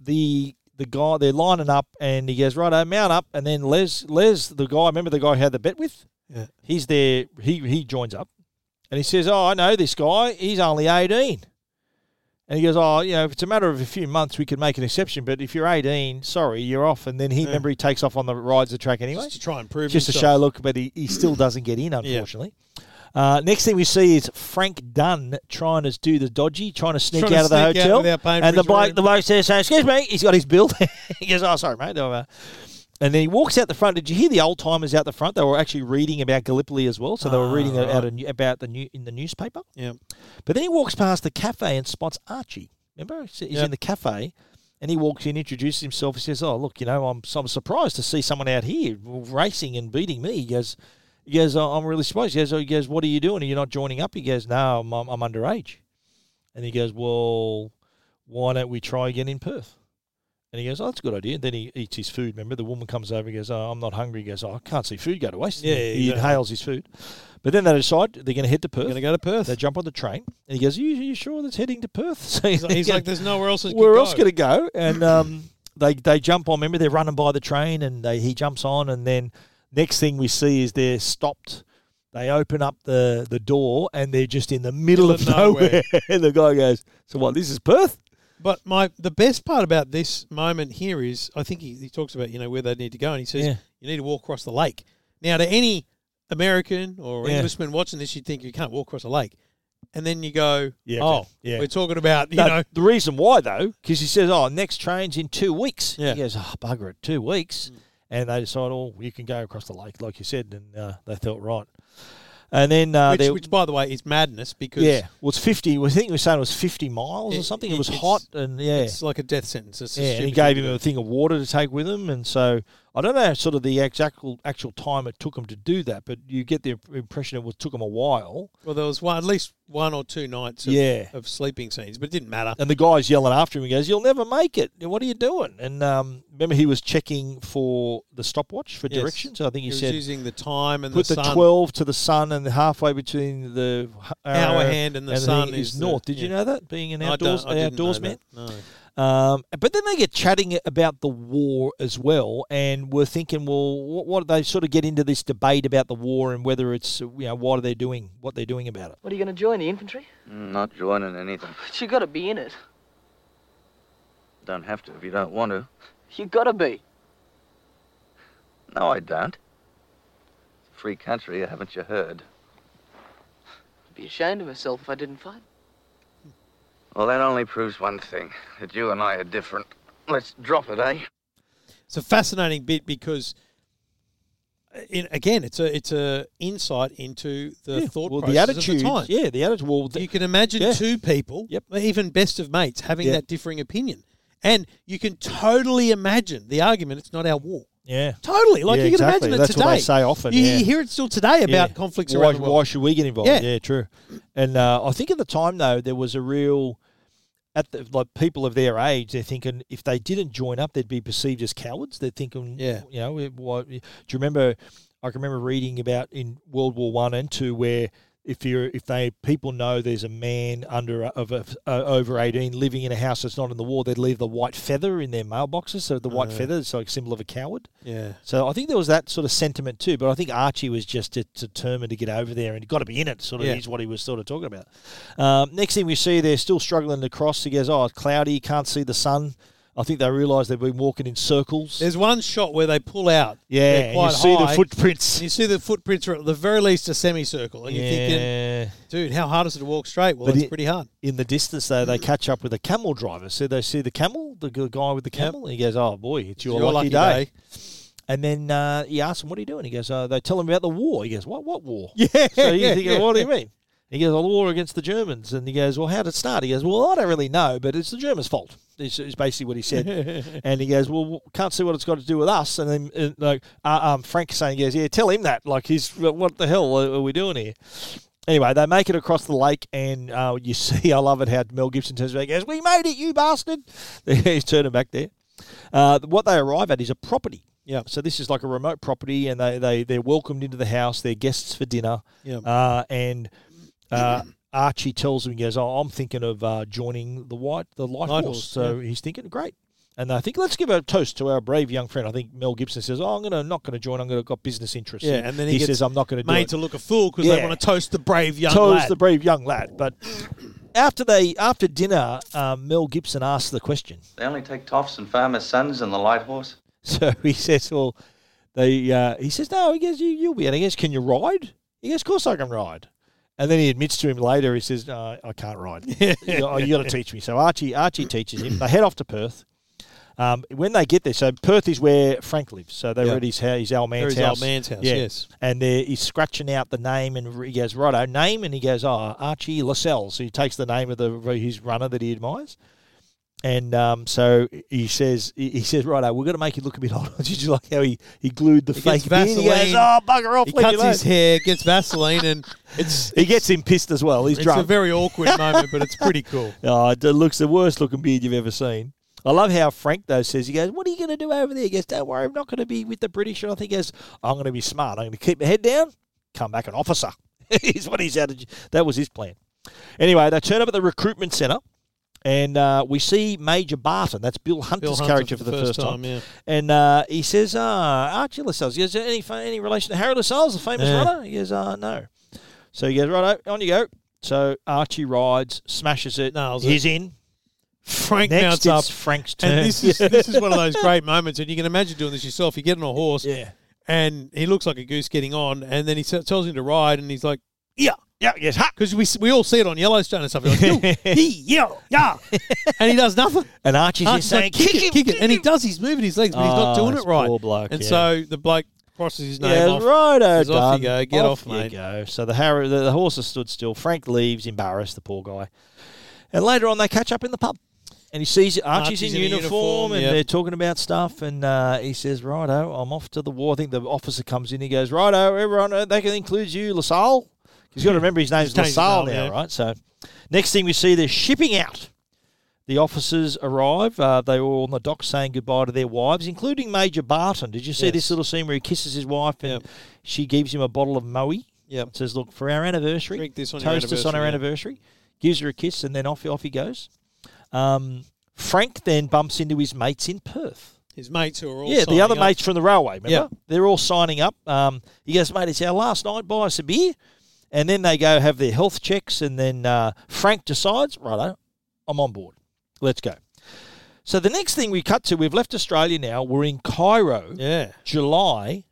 S6: the the guy they're lining up, and he goes right, "Oh, mount up." And then Les Les the guy, remember the guy who had the bet with?
S7: Yeah.
S6: He's there. He he joins up, and he says, "Oh, I know this guy. He's only eighteen. And he goes, "Oh, you know, if it's a matter of a few months, we could make an exception. But if you're eighteen, sorry, you're off." And then he remember he takes off on the rides the track anyway,
S7: Just to try and prove
S6: just to
S7: himself.
S6: show. Look, but he, he still doesn't get in, unfortunately. Uh, next thing we see is Frank Dunn trying to do the dodgy, trying to sneak
S7: Trying
S6: out
S7: to
S6: of the
S7: sneak out
S6: hotel,
S7: without paying for
S6: and the
S7: his
S6: bloke
S7: room.
S6: the bloke says, "So, "Excuse me," he's got his bill. he goes, "Oh, sorry, mate." Uh, And then he walks out the front. Did you hear the old timers out the front? They were actually reading about Gallipoli as well, so they were
S7: Ah,
S6: reading
S7: right.
S6: out a, new- about the new in the newspaper.
S7: Yeah.
S6: But then he walks past the cafe and spots Archie. Remember, he's he's
S7: Yeah.
S6: in the cafe, and he walks in, introduces himself. He says, "Oh, look, you know, I'm I'm surprised to see someone out here racing and beating me." He goes, "He goes, "Oh, I'm really surprised." He goes, oh, "He goes, what are you doing? Are you not joining up?" He goes, "No, I'm I'm, I'm underage." And he goes, "Well, why don't we try again in Perth?" And he goes, "Oh, that's a good idea." then he eats his food. Remember, the woman comes over. He goes, "Oh, I'm not hungry." He goes, "Oh, I can't see food go to waste."
S7: Yeah, yeah,
S6: he
S7: exactly.
S6: inhales his food. But then they decide they're going to head to Perth. Going to
S7: go to Perth.
S6: They jump on the train, and he goes, "Are you, you sure that's heading to Perth?" So
S7: He's like- he's like, "There's nowhere else it could
S6: Where else
S7: go."
S6: could it go? And um, they they jump on. Remember, they're running by the train, and they he jumps on, and then next thing we see is they're stopped. They open up the, the door, and they're just in the middle,
S7: Middle
S6: of
S7: of
S6: nowhere.
S7: nowhere.
S6: and the guy goes, "So what? This is Perth?"
S7: But my the best part about this moment here is I think he, he talks about you know where they need to go and he says
S6: Yeah.
S7: you need to walk across the lake. Now to any American or
S6: Yeah.
S7: Englishman watching this, you'd think you can't walk across a lake, and then you go,
S6: Yeah,
S7: oh,
S6: okay. Yeah.
S7: we're talking about you
S6: No,
S7: know
S6: the reason why though, because he says, "Oh, next train's in two weeks." He goes, "Oh, bugger it, two weeks,"
S7: Mm.
S6: and they decide, "Oh, you can go across the lake, like you said," and uh, they thought right. And then uh,
S7: which,
S6: there-
S7: which by the way is madness because
S6: yeah, well, it's fifty. I think we were saying it was fifty miles or
S7: It-
S6: something.
S7: it-
S6: It was
S7: it's-
S6: hot and yeah,
S7: it's like a death sentence. It's a
S6: yeah, and he
S7: stupid
S6: gave
S7: thing
S6: him
S7: to
S6: a
S7: do.
S6: thing of water to take with him, and so I don't know sort of the exact actual time it took him to do that, but you get the impression it was, took him a while.
S7: Well, there was one at least one or two nights of,
S6: Yeah.
S7: of sleeping scenes, but it didn't matter.
S6: And the guy's yelling after him. He goes, "You'll never make it. What are you doing?" And um, remember, he was checking for the stopwatch for
S7: Yes.
S6: directions. I think he,
S7: was
S6: said,
S7: using the time and
S6: "Put
S7: the,
S6: the,
S7: sun.
S6: twelve to the sun, and halfway between the h-
S7: Hour
S6: arrow
S7: hand and the
S6: thing
S7: sun
S6: is,
S7: is the-
S6: north." Did you
S7: yeah.
S6: know that? Being an
S7: I don't-
S6: outdoors
S7: I didn't know
S6: outdoors man.
S7: that, no.
S6: Um, but then they get chatting about the war as well, and we're thinking, well, what, what they sort of get into this debate about the war and whether it's you know why are they doing what they're doing about it.
S14: What are you going to join the infantry?
S9: Not joining anything.
S14: But you got to be in it.
S9: Don't have to if you don't want to.
S14: You got to be.
S9: No, I don't. It's a free country, haven't you heard?
S14: I'd be ashamed of myself if I didn't fight.
S9: Well, that only proves one thing that you and I are different. Let's drop it, eh?
S7: It's a fascinating bit because, in, again, it's a it's a insight into the
S6: Yeah,
S7: thought
S6: well, the
S7: process
S6: attitudes-
S7: of the time.
S6: yeah, the attitude. Well,
S7: you can imagine
S6: yeah.
S7: two people,
S6: Yep.
S7: even best of mates, having
S6: Yeah.
S7: that differing opinion, and you can totally imagine the argument. It's not our war.
S6: Yeah,
S7: Totally, like
S6: Yeah,
S7: you can
S6: exactly.
S7: imagine it
S6: That's
S7: today.
S6: what they say often,
S7: You,
S6: yeah.
S7: you hear it still today about
S6: Yeah.
S7: conflicts
S6: why,
S7: around the world.
S6: Why should we get involved?
S7: Yeah.
S6: Yeah, true. And uh, I think at the time though, there was a real at the like people of their age, they're thinking if they didn't join up, they'd be perceived as cowards. They're thinking,
S7: Yeah.
S6: you know, it- why, do you remember? I can remember reading about in World War One and Two where if you if they people know there's a man under of a, uh, over 18 living in a house that's not in the war, they'd leave the white feather in their mailboxes. So the white
S7: Oh.
S6: feather is like a symbol of a coward.
S7: Yeah.
S6: So I think there was that sort of sentiment too, but I think Archie was just de- determined to get over there and he got to be in it. Sort of
S7: Yeah.
S6: is what he was sort of talking about. Um, next thing we see, they're still struggling to cross. He goes, "Oh, it's cloudy, can't see the sun." I think they realise they've been walking in circles.
S7: There's one shot where they pull out.
S6: Yeah,
S7: They're
S6: and you
S7: quite
S6: see the
S7: high.
S6: footprints.
S7: And You see the footprints are at the very least a semicircle, and
S6: Yeah.
S7: you're thinking, dude, how hard is it to walk straight? Well,
S6: But
S7: it's
S6: it-
S7: pretty hard.
S6: In the distance, though, they catch up with a camel driver. So they see the camel, the g- guy with the camel, and he goes, "Oh boy, it's, your, lucky, day. And then uh, he asks him, "What are you doing?" He goes, uh, "They tell him about the war." He goes, "What? What war?" Yeah. So you
S7: yeah,
S6: think,
S7: yeah,
S6: "What do you
S7: yeah.
S6: mean?" He goes, "A war against the Germans." And he goes, "Well, how did it start?" He goes, "Well, I don't really know, but it's the Germans' fault." Is, is basically what he said. and he goes, "Well, can't see what it's got to do with us." And then uh, like uh, um, Frank saying, "He goes, yeah, tell him that. Like he's what the hell are, are we doing here?" Anyway, they make it across the lake, and uh, you see, I love it how Mel Gibson turns around and goes, We made it, you bastard. He's turning back there. Uh, what they arrive at is a property.
S7: Yeah.
S6: So this is like a remote property, and they, they, they're welcomed into the house, they're guests for dinner.
S7: Yeah.
S6: Uh, and uh, Archie tells him, He goes, Oh, I'm thinking of uh, joining the white, the light,
S7: Light
S6: horse.
S7: Horse,
S6: So
S7: yeah.
S6: he's thinking, Great. And I think let's give a toast to our brave young friend. I think Mel Gibson says, "Oh, I'm gonna not going to join. I'm going to got business interests."
S7: Yeah, and then he,
S6: he,
S7: gets
S6: says, "I'm not going to do
S7: made
S6: it."
S7: to look a fool because they
S6: Yeah.
S7: want to toast the brave young
S6: Toes
S7: lad.
S6: the brave young lad. But after they after dinner, um, Mel Gibson asks the question.
S9: They only take toffs and farmers' sons and the light horse.
S6: So he says, "Well, they." Uh, he says, "No." He goes, you, "You'll be." And he goes, "Can you ride?" He goes, "Of course I can ride." And then he admits to him later. He says, "No, I can't ride. you, got to teach me." So Archie Archie teaches him. They head off to Perth. Um, when they get there, so Perth is where Frank lives. So they were
S7: Yeah.
S6: at his house, his old man's
S7: There is
S6: house.
S7: old man's house, yes.
S6: And there he's scratching out the name, and he goes, "Righto, name," and he goes, "Oh, Archie Lascelles." So he takes the name of the his runner that he admires. And um, so he says, he he says, righto, we're going to make you look a bit older. Did you like how he, he glued the
S7: He
S6: fake
S7: gets
S6: beard? He
S7: Vaseline.
S6: goes, oh, bugger off,
S7: He
S6: leave me
S7: cuts
S6: alone."
S7: his hair, gets Vaseline, and it's
S6: He gets him pissed as well. He's
S7: it's
S6: drunk.
S7: a very awkward moment, but it's pretty cool.
S6: Oh, it looks the worst looking beard you've ever seen. I love how Frank though says he goes, "What are you going to do over there?" He goes, "Don't worry, I'm not going to be with the British." And I think he goes, "I'm going to be smart. I'm going to keep my head down, come back an officer." is what he's out of. That was his plan. Anyway, they turn up at the recruitment centre, and uh, we see Major Barton. That's Bill Hunter's
S7: Hunter
S6: character for the first, time.
S7: yeah.
S6: And uh, he says, "Ah, Archie Lascelles." He goes, "Any fa- any relation to Harry Lascelles, the famous
S7: Yeah.
S6: runner?" He goes, "Ah, no." So he goes, "Right, on you go." So Archie rides, smashes it.
S7: Nails
S6: He's
S7: it.
S6: in.
S7: Frank
S6: Next,
S7: mounts
S6: it's
S7: up.
S6: Frank's turn.
S7: And this is this is one of those great moments, and you can imagine doing this yourself. You get on a horse,
S6: yeah,
S7: and he looks like a goose getting on, and then he s- tells him to ride, and he's like, yeah.
S6: Yeah, yes,
S7: because we, s- we all see it on Yellowstone and stuff. You're Like, "Yo, he, yeah, yeah, and he does nothing.
S6: And Archie's,
S7: Archie's
S6: just saying,
S7: like, kick, it, kick it, and he does. He's moving his legs, but he's not
S6: Oh,
S7: doing
S6: this
S7: it right.
S6: poor bloke,
S7: and
S6: yeah.
S7: so the bloke crosses his name
S6: Yeah,
S7: off.
S6: right, uh,
S7: Says, off you go, get off,
S6: you
S7: mate.
S6: go. So the, Harry, the the horse has stood still. Frank leaves, embarrassed, the poor guy. And later on, they catch up in the pub, and he sees Archie's,
S7: Archie's
S6: in,
S7: in a
S6: uniform,
S7: uniform,
S6: and
S7: yep.
S6: they're talking about stuff. And uh, he says, "Righto, I'm off to the war." I think the officer comes in. He goes, "Righto, everyone, uh, that includes you, Lasalle." He's got to remember his name's
S7: His name's
S6: Lasalle now,
S7: Lasalle, yeah.
S6: right? So, next thing we see, they're shipping out. The officers arrive. Uh, they were all on the dock saying goodbye to their wives, including Major Barton. Did you see this little scene where he kisses his wife and she gives him a bottle of Moe?
S7: Yeah.
S6: Says, look, for our anniversary,
S7: Drink this on your
S6: toast us on our anniversary. Gives her a kiss and then off, off he goes. Um, Frank then bumps into his mates in Perth.
S7: His mates who are all
S6: Yeah, the
S7: signing
S6: other
S7: up.
S6: mates from the railway, remember?
S7: Yeah.
S6: They're all signing up. Um, he goes, mate, it's our last night, buy us a beer. And then they go have their health checks, and then uh, Frank decides, righto, I'm on board. Let's go. So the next thing we cut to, we've left Australia now. We're in Cairo,
S7: yeah,
S6: July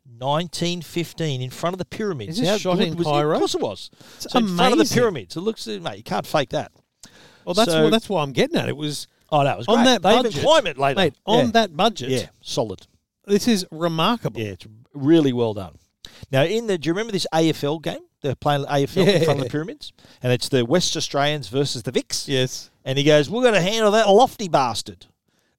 S6: 1915, in front of the pyramids.
S7: Is this shot in
S6: was
S7: Cairo?
S6: Of course it was.
S7: It's
S6: so in front of the
S7: amazing.
S6: pyramids. It looks, mate, you can't fake that.
S7: Well, that's
S6: So-
S7: well, that's why I'm getting at. It was
S6: oh, no, it was
S7: on
S6: great.
S7: that
S6: They even
S7: budget,
S6: climb it later.
S7: mate. On
S6: Yeah.
S7: that budget,
S6: Yeah, solid.
S7: This is remarkable.
S6: Yeah, it's really well done. Now, in the do you remember this AFL game? They're playing AFL in front of
S7: Yeah.
S6: the pyramids, and it's the West Australians versus the Vicks.
S7: Yes,
S6: and he goes, "We're going to handle that lofty bastard."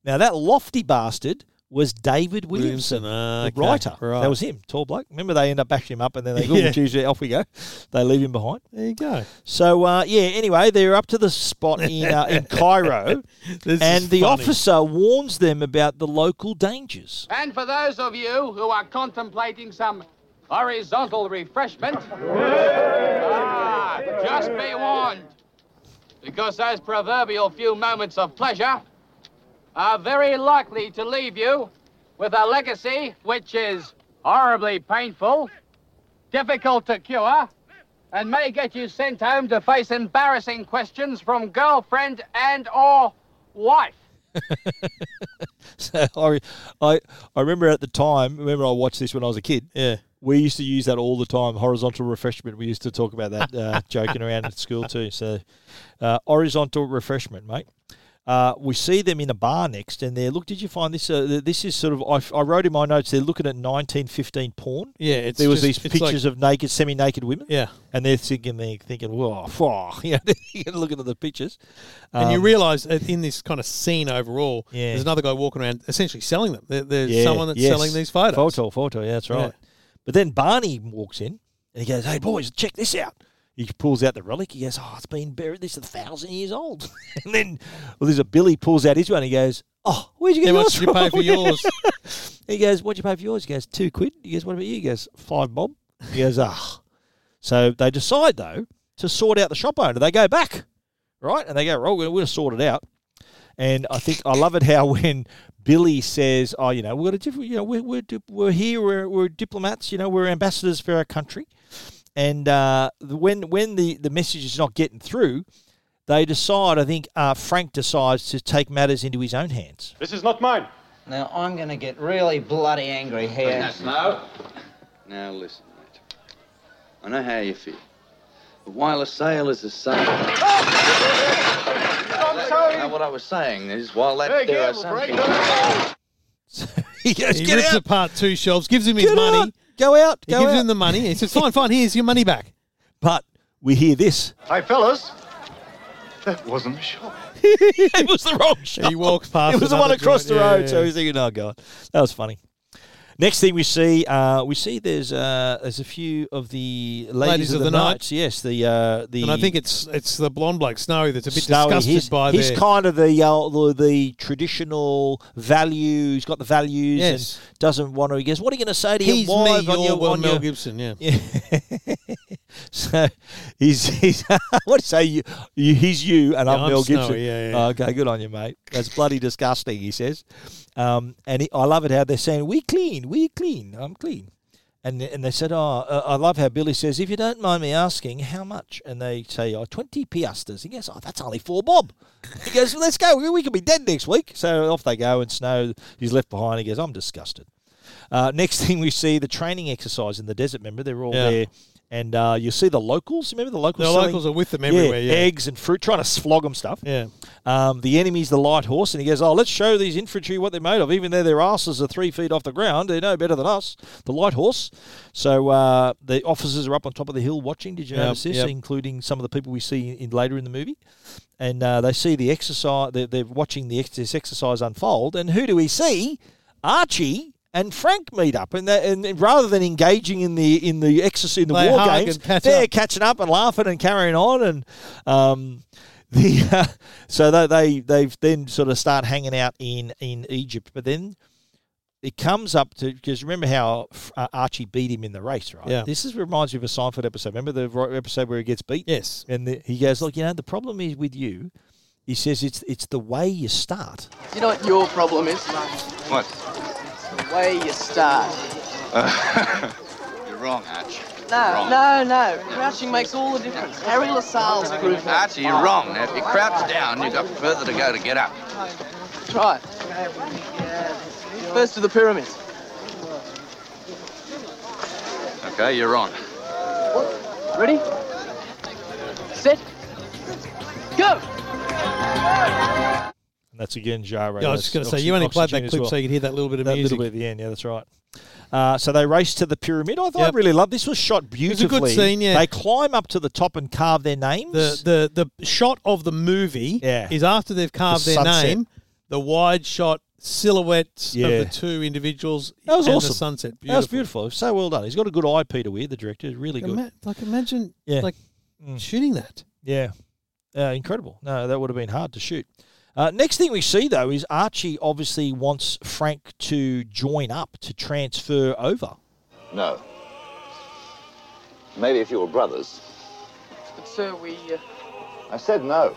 S6: Now, that lofty bastard was David Williamson,
S7: Williamson, ah,
S6: the
S7: okay,
S6: writer. That
S7: right.
S6: was him, tall bloke. Remember, they end up bashing him up, and then they go,
S7: eh? Yeah.
S6: "Tuesday, off we go." They leave him behind.
S7: There you go.
S6: So uh, yeah, anyway, they're up to the spot in uh, in Cairo,
S7: This is
S6: and the
S7: funny.
S6: officer warns them about the local dangers.
S15: And for those of you who are contemplating some horizontal refreshment, ah, Ah, just be warned. Because those proverbial few moments of pleasure are very likely to leave you with a legacy which is horribly painful, difficult to cure, and may get you sent home to face embarrassing questions from girlfriend and or wife.
S6: So I, I, I remember at the time. Remember, I watched this when I was a kid. Yeah, we used to use that all the time. Horizontal refreshment. We used to talk about that, uh, joking around at school too. So, uh, horizontal refreshment, mate. Uh, we see them in a bar next, and they're look. Did you find this? Uh, th- this is sort of I, I wrote in my notes. They're looking at nineteen fifteen porn.
S7: Yeah, it's
S6: there was
S7: just-
S6: these
S7: it's like-
S6: pictures of naked, semi naked women.
S7: Yeah.
S6: and they're thinking they're thinking, whoa, fuck, you know, looking at the pictures,
S7: And you
S6: Um,
S7: realise that in this kind of scene overall,
S6: Yeah.
S7: there's another guy walking around essentially selling them. There, there's
S6: Yeah,
S7: someone that's
S6: yes.
S7: selling these photos.
S6: Photo, photo, yeah, that's right. But then Barney walks in and he goes, Hey, boys, check this out. He pulls out the relic. He goes, Oh, it's been buried. This is a thousand years old. and then, well, there's a Billy pulls out his one. He goes, Oh, where'd you get
S7: How much
S6: yours?
S7: did you pay
S6: from?"
S7: for yours?
S6: he goes, What'd you pay for yours? He goes, Two quid. He goes, What about you? He goes, Five bob. He goes, Ah. So they decide, though, to sort out the shop owner. They go back, right? And they go, Well, we're going to sort it out. And I think I love it how when Billy says, "Oh, you know, we've got a different, you know, we're we're, dip- we're here, we're, we're diplomats, you know, we're ambassadors for our country," and uh, the- when when the the message is not getting through, they decide. I think uh, Frank decides to take matters into his own hands.
S16: This is not mine. Now, I'm going to get really bloody angry here.
S12: Now, now listen, mate. I know how you feel. But while a sale is a sale. Now, what I was saying is, while that
S8: Hey,
S12: there are
S8: Gable,
S12: some
S8: break
S12: things-
S6: he goes,
S7: he
S6: "Get
S7: rips
S6: out."
S7: apart two shelves, gives him his
S6: Get
S7: money.
S6: Go out.
S7: he
S6: go
S7: gives
S6: out.
S7: him the money. He says, "Fine, fine. Here's your money back."
S6: But we hear this.
S10: Hey, fellas. That wasn't a shot.
S6: it was the wrong shop.
S7: He walks past.
S6: It was the
S7: another
S6: one across
S7: joint.
S6: the
S7: Yeah,
S6: road.
S7: yeah,
S6: So
S7: yeah.
S6: he's thinking, "Oh God, that was funny." Next thing we see, uh, we see there's uh, there's a few of the ladies, of, the, night. Yes, the uh, the
S7: and I think it's it's the blonde bloke Snowy that's a bit
S6: Snowy,
S7: disgusted
S6: he's,
S7: by
S6: he's
S7: their-
S6: kind of the, uh, the the traditional value. He's got the values
S7: Yes.
S6: and doesn't want to. He goes, "What are you going to say to
S7: He's
S6: your wife
S7: me,
S6: on
S7: you're
S6: your
S7: well,
S6: on
S7: Mel
S6: your-"
S7: Gibson, yeah.
S6: so he's, he's what do you say? You, you, he's you and
S7: Yeah,
S6: I'm,
S7: I'm
S6: Mel Gibson.
S7: Snowy, yeah, yeah.
S6: Okay, good on you, mate. That's bloody disgusting. He says, um, and he, I love it how they're saying, "We clean, we clean, I'm clean." And, and they said, oh, uh, I love how Billy says, if you don't mind me asking, how much? And they say, oh, 20 piastres. He goes, oh, that's only four bob. He goes, well, let's go. We- We could be dead next week. So off they go, and Snow, he's left behind. He goes, I'm disgusted. Uh, next thing we see, the training exercise in the desert. Remember, they're all
S7: Yeah.
S6: there. And uh, you see the locals. Remember the locals?
S7: The
S6: selling-
S7: locals are with them everywhere, yeah.
S6: Eggs and fruit, trying to flog them stuff.
S7: Yeah.
S6: Um, the enemy's the light horse, and he goes, "Oh, let's show these infantry what they're made of. Even though their asses are three feet off the ground, they know better than us." The light horse. So uh, the officers are up on top of the hill watching. Did you
S7: Yep,
S6: notice this?
S7: yep.
S6: Including some of the people we see in, later in the movie, and uh, they see the exercise. They're, they're watching the ex- this exercise unfold, and who do we see? Archie. And Frank meet up, and, they, and rather than engaging in the in the exercise in the
S7: They
S6: war
S7: hug
S6: games,
S7: and catch
S6: they're
S7: up.
S6: catching up and laughing and carrying on, and um, the uh, so they, they they've then sort of start hanging out in in Egypt, but then it comes up to because remember how uh, Archie beat him in the race, right?
S7: Yeah.
S6: This is reminds me of a Seinfeld episode. Remember the ro- episode where he gets beat?
S7: Yes.
S6: And the, he goes, "Look, you know, the problem is with you." He says, "It's it's the way you start."
S14: You know what your problem is?
S12: What?
S14: The way you start.
S12: You're wrong, Arch.
S14: No,
S12: Wrong.
S14: no, no. Crouching makes all the difference. Harry LaSalle's group.
S12: Archie, you're wrong. Now, if you crouch down, you've got further to go to get up.
S14: That's right. First to the pyramids.
S12: Okay, you're wrong.
S14: Ready? Set. Go!
S6: And that's again Jaro.
S7: Yeah, I was just going to say you only played that clip so you could hear that little bit of
S6: that
S7: music.
S6: little bit at the end. Yeah, that's right. Uh, so they race to the pyramid. I thought
S7: Yep.
S6: I really loved this. Was shot beautifully.
S7: scene, yeah.
S6: They climb up to the top and carve their names.
S7: The the the shot of the movie
S6: Yeah.
S7: is after they've carved
S6: The
S7: their
S6: sunset.
S7: name, the wide shot silhouettes
S6: Yeah.
S7: of the two individuals
S6: That was
S7: and
S6: awesome.
S7: the sunset.
S6: That was beautiful. So well done. He's got a good eye, Peter Weir, the director. He's Really good.
S7: Ima- like imagine
S6: Yeah.
S7: like shooting that.
S6: Yeah. Uh, incredible. No, that would have been hard to shoot. Uh, next thing we see, though, is Archie obviously wants Frank to join up to transfer over.
S17: No. Maybe if you were brothers,
S14: But, sir, we. Uh,
S10: I said no.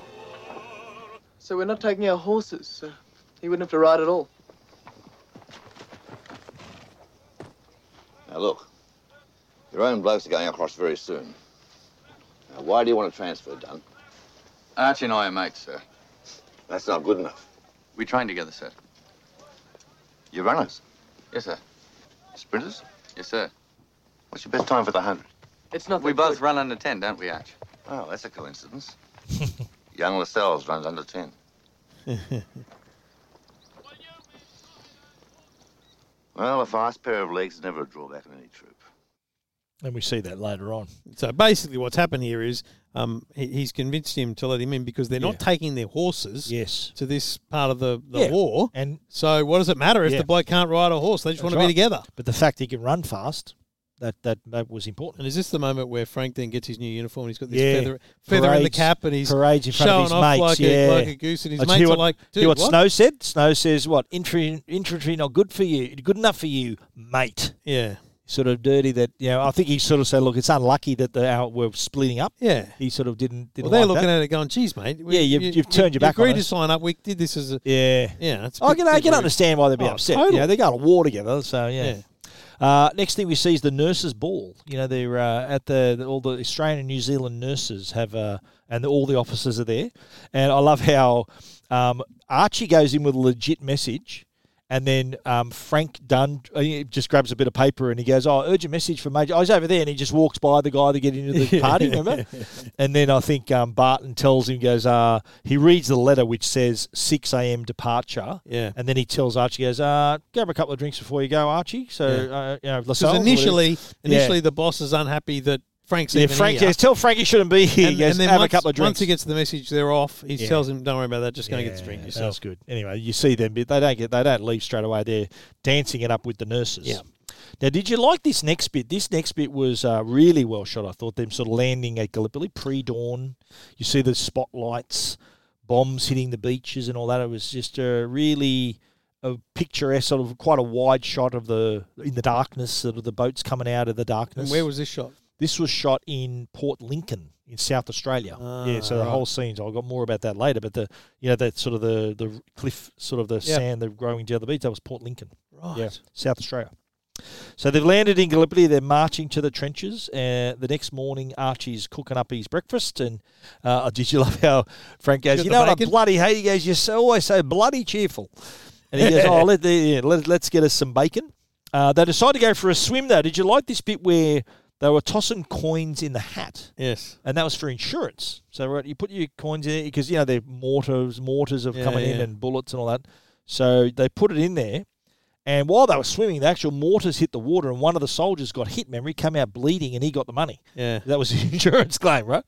S14: so we're not taking our horses, so he wouldn't have to ride at all.
S17: Now look, your own blokes are going across very soon. Now, why do you want a transfer done?
S12: Archie and I are mates, sir.
S17: That's not good enough.
S12: We train together, sir.
S17: You runners.
S12: Yes, sir.
S17: Sprinters?
S12: Yes, sir.
S17: What's your best time for the hundred?
S14: It's not.
S12: We both run under ten, don't we, Arch?
S17: Oh, that's a coincidence. Young Lascelles runs under ten. Well, a fast pair of legs is never a drawback in any troop.
S6: And we see that later on.
S7: So basically, what's happened here is um, he, he's convinced him to let him in because they're not taking their horses
S6: yes.
S7: to this part of the, the
S6: Yeah.
S7: war.
S6: And
S7: so, what does it matter if
S6: Yeah.
S7: the bloke can't ride a horse? They just want to be together.
S6: But the fact he can run fast, that that, that was important.
S7: And is this the moment where Frank then gets his new uniform? He's got this
S6: Yeah.
S7: feather, feather in the
S6: Parades-
S7: cap, and he's
S6: parades in front
S7: showing
S6: of his
S7: off
S6: mates.
S7: like,
S6: yeah.
S7: a, like a goose, and his
S6: Oh, do you
S7: mates
S6: hear
S7: are
S6: what,
S7: like,
S6: do
S7: "Dude,
S6: you hear what,
S7: what?"
S6: Snow said? Snow says what infantry, infantry not good for you, good enough for you, mate.
S7: Yeah.
S6: Sort of dirty that you know. I think he sort of said, "Look, it's unlucky that the how we're splitting up."
S7: Yeah.
S6: he sort of didn't. didn't
S7: Well, they're
S6: like
S7: looking
S6: that.
S7: at it going, "Geez, mate,
S6: Yeah, you've- you've turned your back on
S7: agreed to
S6: us."
S7: sign up. We did this as a
S6: Yeah,
S7: yeah. It's a
S6: I
S7: bit-
S6: can, I
S7: bit
S6: can
S7: rude.
S6: understand why they'd be
S7: Oh,
S6: upset.
S7: totally.
S6: You know, they go to war together, so yeah.
S7: Yeah.
S6: Uh, next thing we see is the nurses' ball. You know, they're uh, at the, the all the Australian and New Zealand nurses have, uh, and all the officers are there. And I love how um, Archie goes in with a legit message, and then um, Frank Dunn uh, he just grabs a bit of paper and he goes, "Oh, urgent message from Major." I was over there, and he just walks by the guy to get into the party. Remember? And then I think um, Barton tells him, goes, uh, he reads the letter which says 6 a.m. departure.
S7: Yeah.
S6: And then he tells Archie, goes, uh, grab a couple of drinks before you go, Archie. So,
S7: Yeah.
S6: uh, you know, Lascelles.
S7: Because
S6: or
S7: initially,
S6: whatever.
S7: initially the boss is unhappy that Frank's
S6: Yeah,
S7: even
S6: Frank
S7: here.
S6: says, tell Frank he shouldn't be here. He
S7: And,
S6: goes,
S7: and then
S6: have
S7: once,
S6: a couple of drinks.
S7: Once he gets the message they're off, he
S6: Yeah.
S7: tells him, "Don't worry about that. Just going to get the drink
S6: Yeah,
S7: yourself."
S6: That's good. Anyway, you see them, but they don't get they don't leave straight away. They're dancing it up with the nurses.
S7: Yeah.
S6: Now, did you like this next bit? This next bit was uh, really well shot. I thought them sort of landing at Gallipoli pre-dawn. You see the spotlights, bombs hitting the beaches and all that. It was just a really a picturesque, sort of quite a wide shot of the in the darkness, sort of the boats coming out of the darkness.
S7: And where was this shot?
S6: This was shot in Port Lincoln in South Australia. yeah, so the
S7: Ah, right.
S6: whole scenes. I've got more about that later. But the you know that sort of the the cliff, sort of the
S7: Yeah.
S6: sand, the growing down the beach. That was Port Lincoln.
S7: Right.
S6: Yeah, South Australia. So they've landed in Gallipoli. They're marching to the trenches. Uh, the next morning, Archie's cooking up his breakfast. And uh, did you love how Frank goes?
S7: got
S6: You
S7: the
S6: know what I
S7: bacon?"
S6: bloody hate? He goes, "You're so, always so bloody cheerful." And he goes, "Oh, let the, yeah, let, let's get us some bacon." Uh, they decide to go for a swim though. Did you like this bit where they were tossing coins in the hat?
S7: Yes.
S6: and that was for insurance. So right, you put your coins in because you know they're mortars, mortars have
S7: Yeah,
S6: coming in
S7: yeah.
S6: and bullets and all that. So they put it in there, and while they were swimming, the actual mortars hit the water, and one of the soldiers got hit. Memory came out bleeding, and he got the money.
S7: Yeah.
S6: that was his insurance claim, right?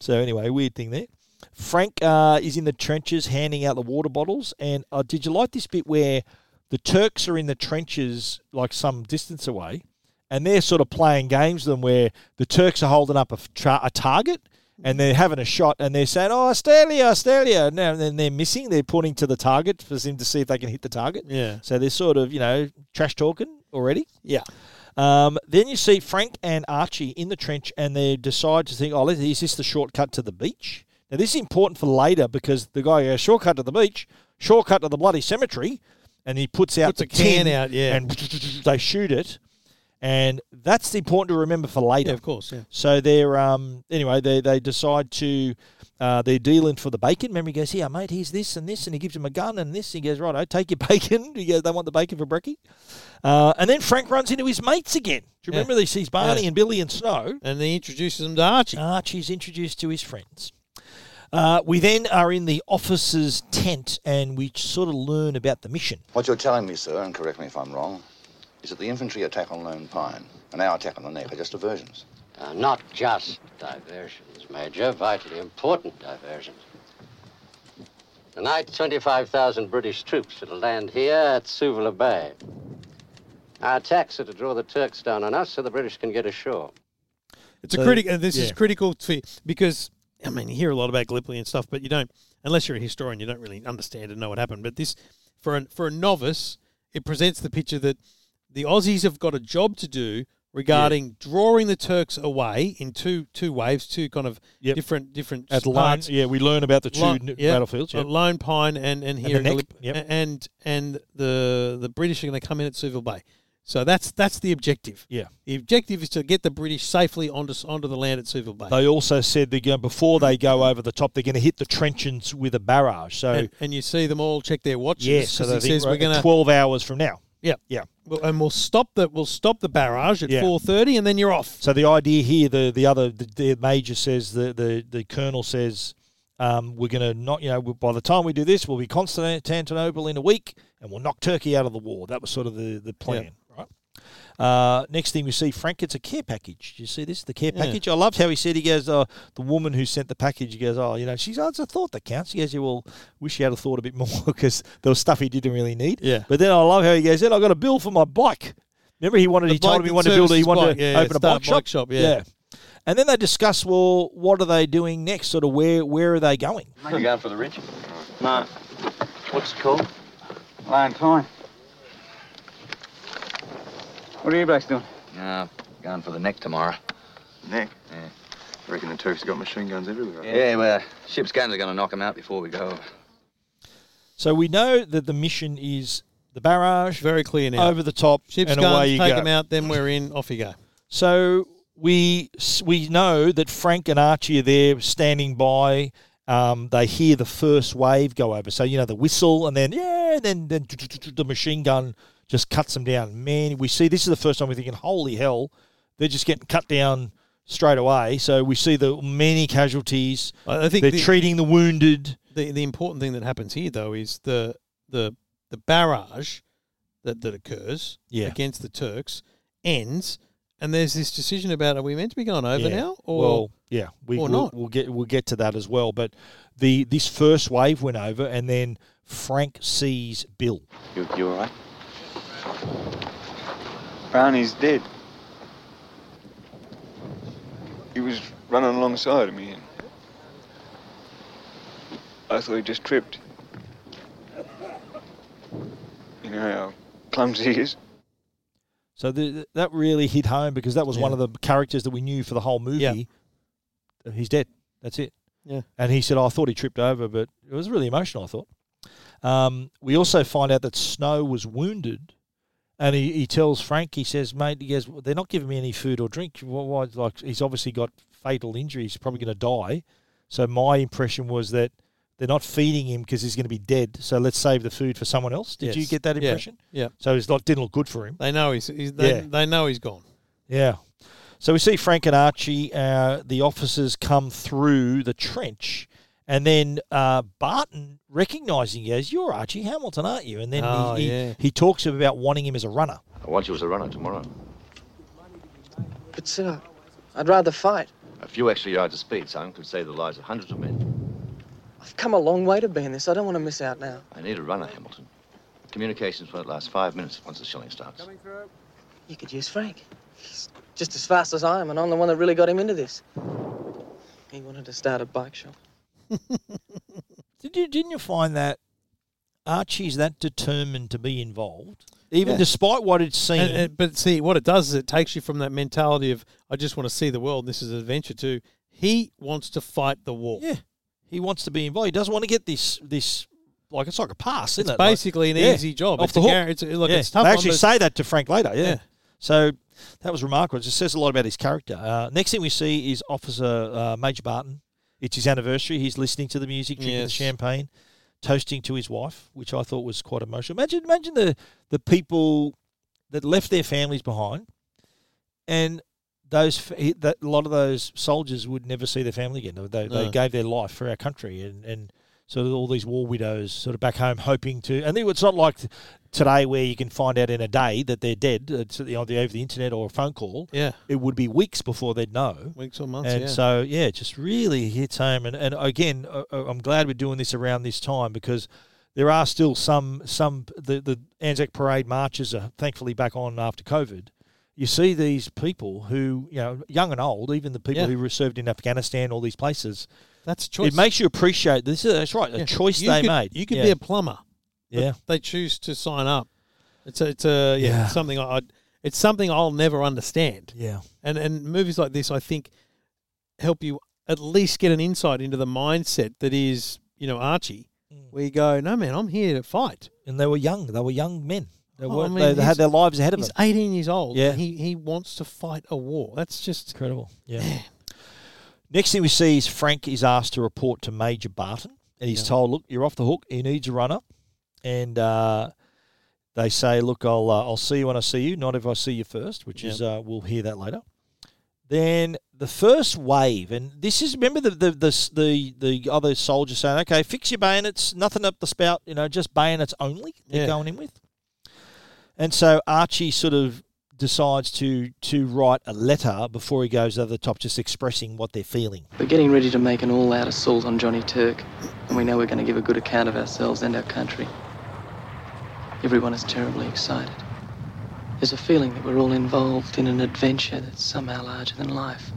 S6: So anyway, weird thing there. Frank uh, is in the trenches handing out the water bottles, and uh, did you like this bit where the Turks are in the trenches like some distance away, and they're sort of playing games with them where the Turks are holding up a, f- tra- a target and they're having a shot and they're saying, "Oh, Australia, Australia!" Now and then they're missing. They're pointing to the target for them to see if they can hit the target.
S7: Yeah.
S6: So they're sort of you know trash talking already.
S7: Yeah.
S6: Um, then you see Frank and Archie in the trench, and they decide to think, "Oh, let- is this the shortcut to the beach?" Now this is important for later because the guy goes, "Shortcut to the beach, shortcut to the bloody cemetery," and he puts out
S7: Puts
S6: the
S7: a can
S6: tin
S7: out, yeah.
S6: and they shoot it, and that's important to remember for later.
S7: Yeah, of course, yeah.
S6: So they're um anyway they they decide to uh, they're dealing for the bacon. Remember, he goes, "Here, mate, here's this and this," and he gives him a gun and this. And he goes, "Right, I take your bacon." He goes, "They want the bacon for brekkie," uh, and then Frank runs into his mates again. Do you
S7: Yeah.
S6: remember? He sees Barney
S7: Yeah.
S6: and Billy and Snow,
S7: and he introduces them to Archie.
S6: Archie's introduced to his friends. Uh, we then are in the officer's tent, and we sort of learn about the mission.
S17: What you're telling me, sir, and correct me if I'm wrong, is that the infantry attack on Lone Pine and our attack on the Neck are just diversions.
S18: Now, not just diversions, Major, vitally important diversions. Tonight, 25,000 British troops are to land here at Suvla Bay. Our attacks are to draw the Turks down on us so the British can get ashore.
S7: It's a
S18: So-
S7: critical. This is
S18: yeah.
S7: critical to because I mean you hear a lot about Gallipoli and stuff, but you don't unless you're a historian, you don't really understand and know what happened. But this for an, for a novice, it presents the picture that the Aussies have got a job to do regarding drawing the Turks away in two two waves, two kind of different different
S6: At Lone-
S7: parts.
S6: yeah, we learn about the two
S7: Lone-
S6: n- battlefields, yeah.
S7: at Lone Pine and and
S6: And the
S7: here in
S6: Neck,
S7: Gallip-
S6: yep.
S7: a- and and the the British are going to come in at Suville Bay. So that's that's the objective.
S6: Yeah.
S7: the objective is to get the British safely onto onto the land at Suville Bay.
S6: They also said they're going, before they go over the top, they're going to hit the trenches with a barrage. So
S7: and, and you see them all check their watches.
S6: yes, so
S7: 'cause he
S6: they think,
S7: says we're
S6: right,
S7: going to
S6: twelve hours from now.
S7: Yeah,
S6: yeah.
S7: Well, and we'll stop that. We'll stop the barrage at
S6: Yeah.
S7: four thirty, and then you're off.
S6: So the idea here, the the other, the, the major says, the the, the colonel says, um, we're going to not, you know, by the time we do this, we'll be Constantinople in a week, and we'll knock Turkey out of the war. That was sort of the the plan, right? Uh, next thing we see, Frank gets a care package. Did you see this? The care
S7: Yeah.
S6: package. I loved how he said he goes, uh, the woman who sent the package. He goes, oh, you know, she's oh, it's a thought that counts. He goes, you will wish you had a thought a bit more because there was stuff he didn't really need.
S7: Yeah.
S6: But then I love how he goes, then I got a bill for my bike. Remember, he wanted.
S7: The
S6: he told
S7: bike
S6: him he
S7: that
S6: wanted to build.
S7: services
S6: He wanted
S7: bike,
S6: to
S7: yeah,
S6: open a
S7: start
S6: bike
S7: bike
S6: shop.
S7: shop, yeah.
S6: And then they discuss, well, what are they doing next? Sort of where where are they going?
S9: You're going for the ridge? No. What's it called?
S11: Lion Pine.
S9: What are you blokes doing? No, going for the neck tomorrow. Neck? Yeah. I reckon the Turks have got machine guns everywhere. Yeah, well, ship's guns are going to knock them out before we go over.
S6: So we know that the mission is the barrage,
S7: very clear now,
S6: over the top,
S7: Ships
S6: and
S7: guns,
S6: away you
S7: take
S6: go.
S7: them out. Then we're in. Off you go.
S6: So we we know that Frank and Archie are there standing by. Um, they hear the first wave go over. So you know the whistle, and then yeah, and then then the machine gun just cuts them down. Man, we see this is the first time we're thinking, holy hell, they're just getting cut down straight away. So we see the many casualties.
S7: I think
S6: they're
S7: the-
S6: treating the wounded.
S7: The the important thing that happens here though is the the the barrage that that occurs
S6: Yeah.
S7: against the Turks ends, and there's this decision about are we meant to be going over
S6: Yeah.
S7: now or
S6: well, yeah, we, we'll,
S7: or not?
S6: we'll get we'll get to that as well. But the this first wave went over, and then Frank sees Bill.
S9: You, you all right?
S10: Brownie's dead. He was running alongside of me and I thought he just tripped. You know how clumsy he is.
S6: So the, that really hit home because that was one of the characters that we knew for the whole movie. Uh, He's dead. That's it.
S7: Yeah.
S6: And he said, "Oh, "I thought he tripped over, but it was really emotional." I thought. Um, we also find out that Snow was wounded, and he, he tells Frank, he says, "Mate, he goes, "Well, they're not giving me any food or drink. Why, why? Like he's obviously got fatal injuries. He's probably going to die." So my impression was that they're not feeding him because he's going to be dead. So let's save the food for someone else. Did you
S7: Yes.
S6: get that
S7: Yeah.
S6: impression?
S7: Yeah.
S6: So it's not didn't look good for him.
S7: They know he's, he's they,
S6: Yeah.
S7: they know he's gone.
S6: Yeah. So we see Frank and Archie, uh, the officers come through the trench, and then uh, Barton recognizing he goes, You're Archie Hamilton, aren't you? And then
S7: Oh,
S6: he, he,
S7: yeah.
S6: he talks about wanting him as a runner.
S12: I want you as a runner tomorrow.
S14: But, sir, I'd rather fight.
S12: A few extra yards of speed, son, could save the lives of hundreds of men.
S14: I've come a long way to be in this. I don't want to miss out now.
S12: I need a runner, Hamilton. Communications won't last five minutes once the shelling starts.
S14: You could use Frank. He's just as fast as I am, and I'm the one that really got him into this. He wanted to start a bike shop.
S6: Did you, didn't you find that Archie's that determined to be involved? Even
S7: Yeah.
S6: despite what it seemed.
S7: And- and- but see, what it does is it takes you from that mentality of I just want to see the world. This is an adventure. To he wants to fight the war.
S6: Yeah, he wants to be involved. He doesn't want to get this this like it's like a pass, isn't
S7: It's
S6: it?
S7: basically an easy job.
S6: Off
S7: It's
S6: the
S7: a
S6: hook.
S7: gar- it's a- look,
S6: yeah.
S7: it's tough
S6: They
S7: on
S6: actually
S7: the-
S6: say that to Frank later. Yeah.
S7: Yeah.
S6: So that was remarkable. It just says a lot about his character. Uh, next thing we see is Officer uh, Major Barton. It's his anniversary. He's listening to the music, drinking
S7: Yes.
S6: the champagne, toasting to his wife, which I thought was quite emotional. Imagine, imagine the the people that left their families behind, and those f- he- that a lot of those soldiers would never see their family again. They, they
S7: No.
S6: gave their life for our country, and and sort of all these war widows sort of back home hoping to. And they- it's not like today where you can find out in a day that they're dead. It's you know, the, over the internet or a phone call.
S7: Yeah.
S6: it would be weeks before they'd know.
S7: Weeks or months,
S6: And
S7: yeah.
S6: so yeah, it just really hits home. And and again, uh, uh, I'm glad we're doing this around this time because. There are still some some the, the Anzac Parade marches are thankfully back on after COVID, you see these people who, you know, young and old, even the people
S7: Yeah.
S6: who who served in Afghanistan, all these places.
S7: That's a choice.
S6: It makes you appreciate this. Is, that's right, a
S7: Yeah.
S6: choice
S7: You
S6: they
S7: could-
S6: made.
S7: You could
S6: Yeah.
S7: be a plumber. but
S6: Yeah.
S7: They choose to sign up. It's a, it's a yeah,
S6: Yeah.
S7: something I I'd, It's something I'll never understand.
S6: Yeah.
S7: And and movies like this, I think, help you at least get an insight into the mindset that is, you know, Archie,
S6: Mm.
S7: where you go, no man, I'm here to fight.
S6: And they were young. They were young men. They,
S7: Oh, I
S6: weren't,
S7: mean,
S6: they, they
S7: he's-
S6: had their lives ahead of
S7: he's
S6: them.
S7: 18 years old.
S6: Yeah.
S7: and he he wants to fight a war. That's just
S6: incredible. Yeah. Next thing we see is Frank is asked to report to Major Barton, and he's told, "Look, you're off the hook. He needs a runner." And uh, they say, "Look, I'll uh, I'll see you when I see you, not if I see you first, which is uh, we'll hear that later. Then the first wave, and this is remember the the the the, the other soldier saying, "Okay, fix your bayonets, nothing up the spout, you know, just bayonets only." They're
S7: Yeah.
S6: going in with. And so Archie sort of decides to to write a letter before he goes over the top, just expressing what they're feeling.
S13: We're getting ready to make an all out assault on Johnny Turk, and we know we're going to give a good account of ourselves and our country. Everyone is terribly excited. There's a feeling that we're all involved in an adventure that's somehow larger than life.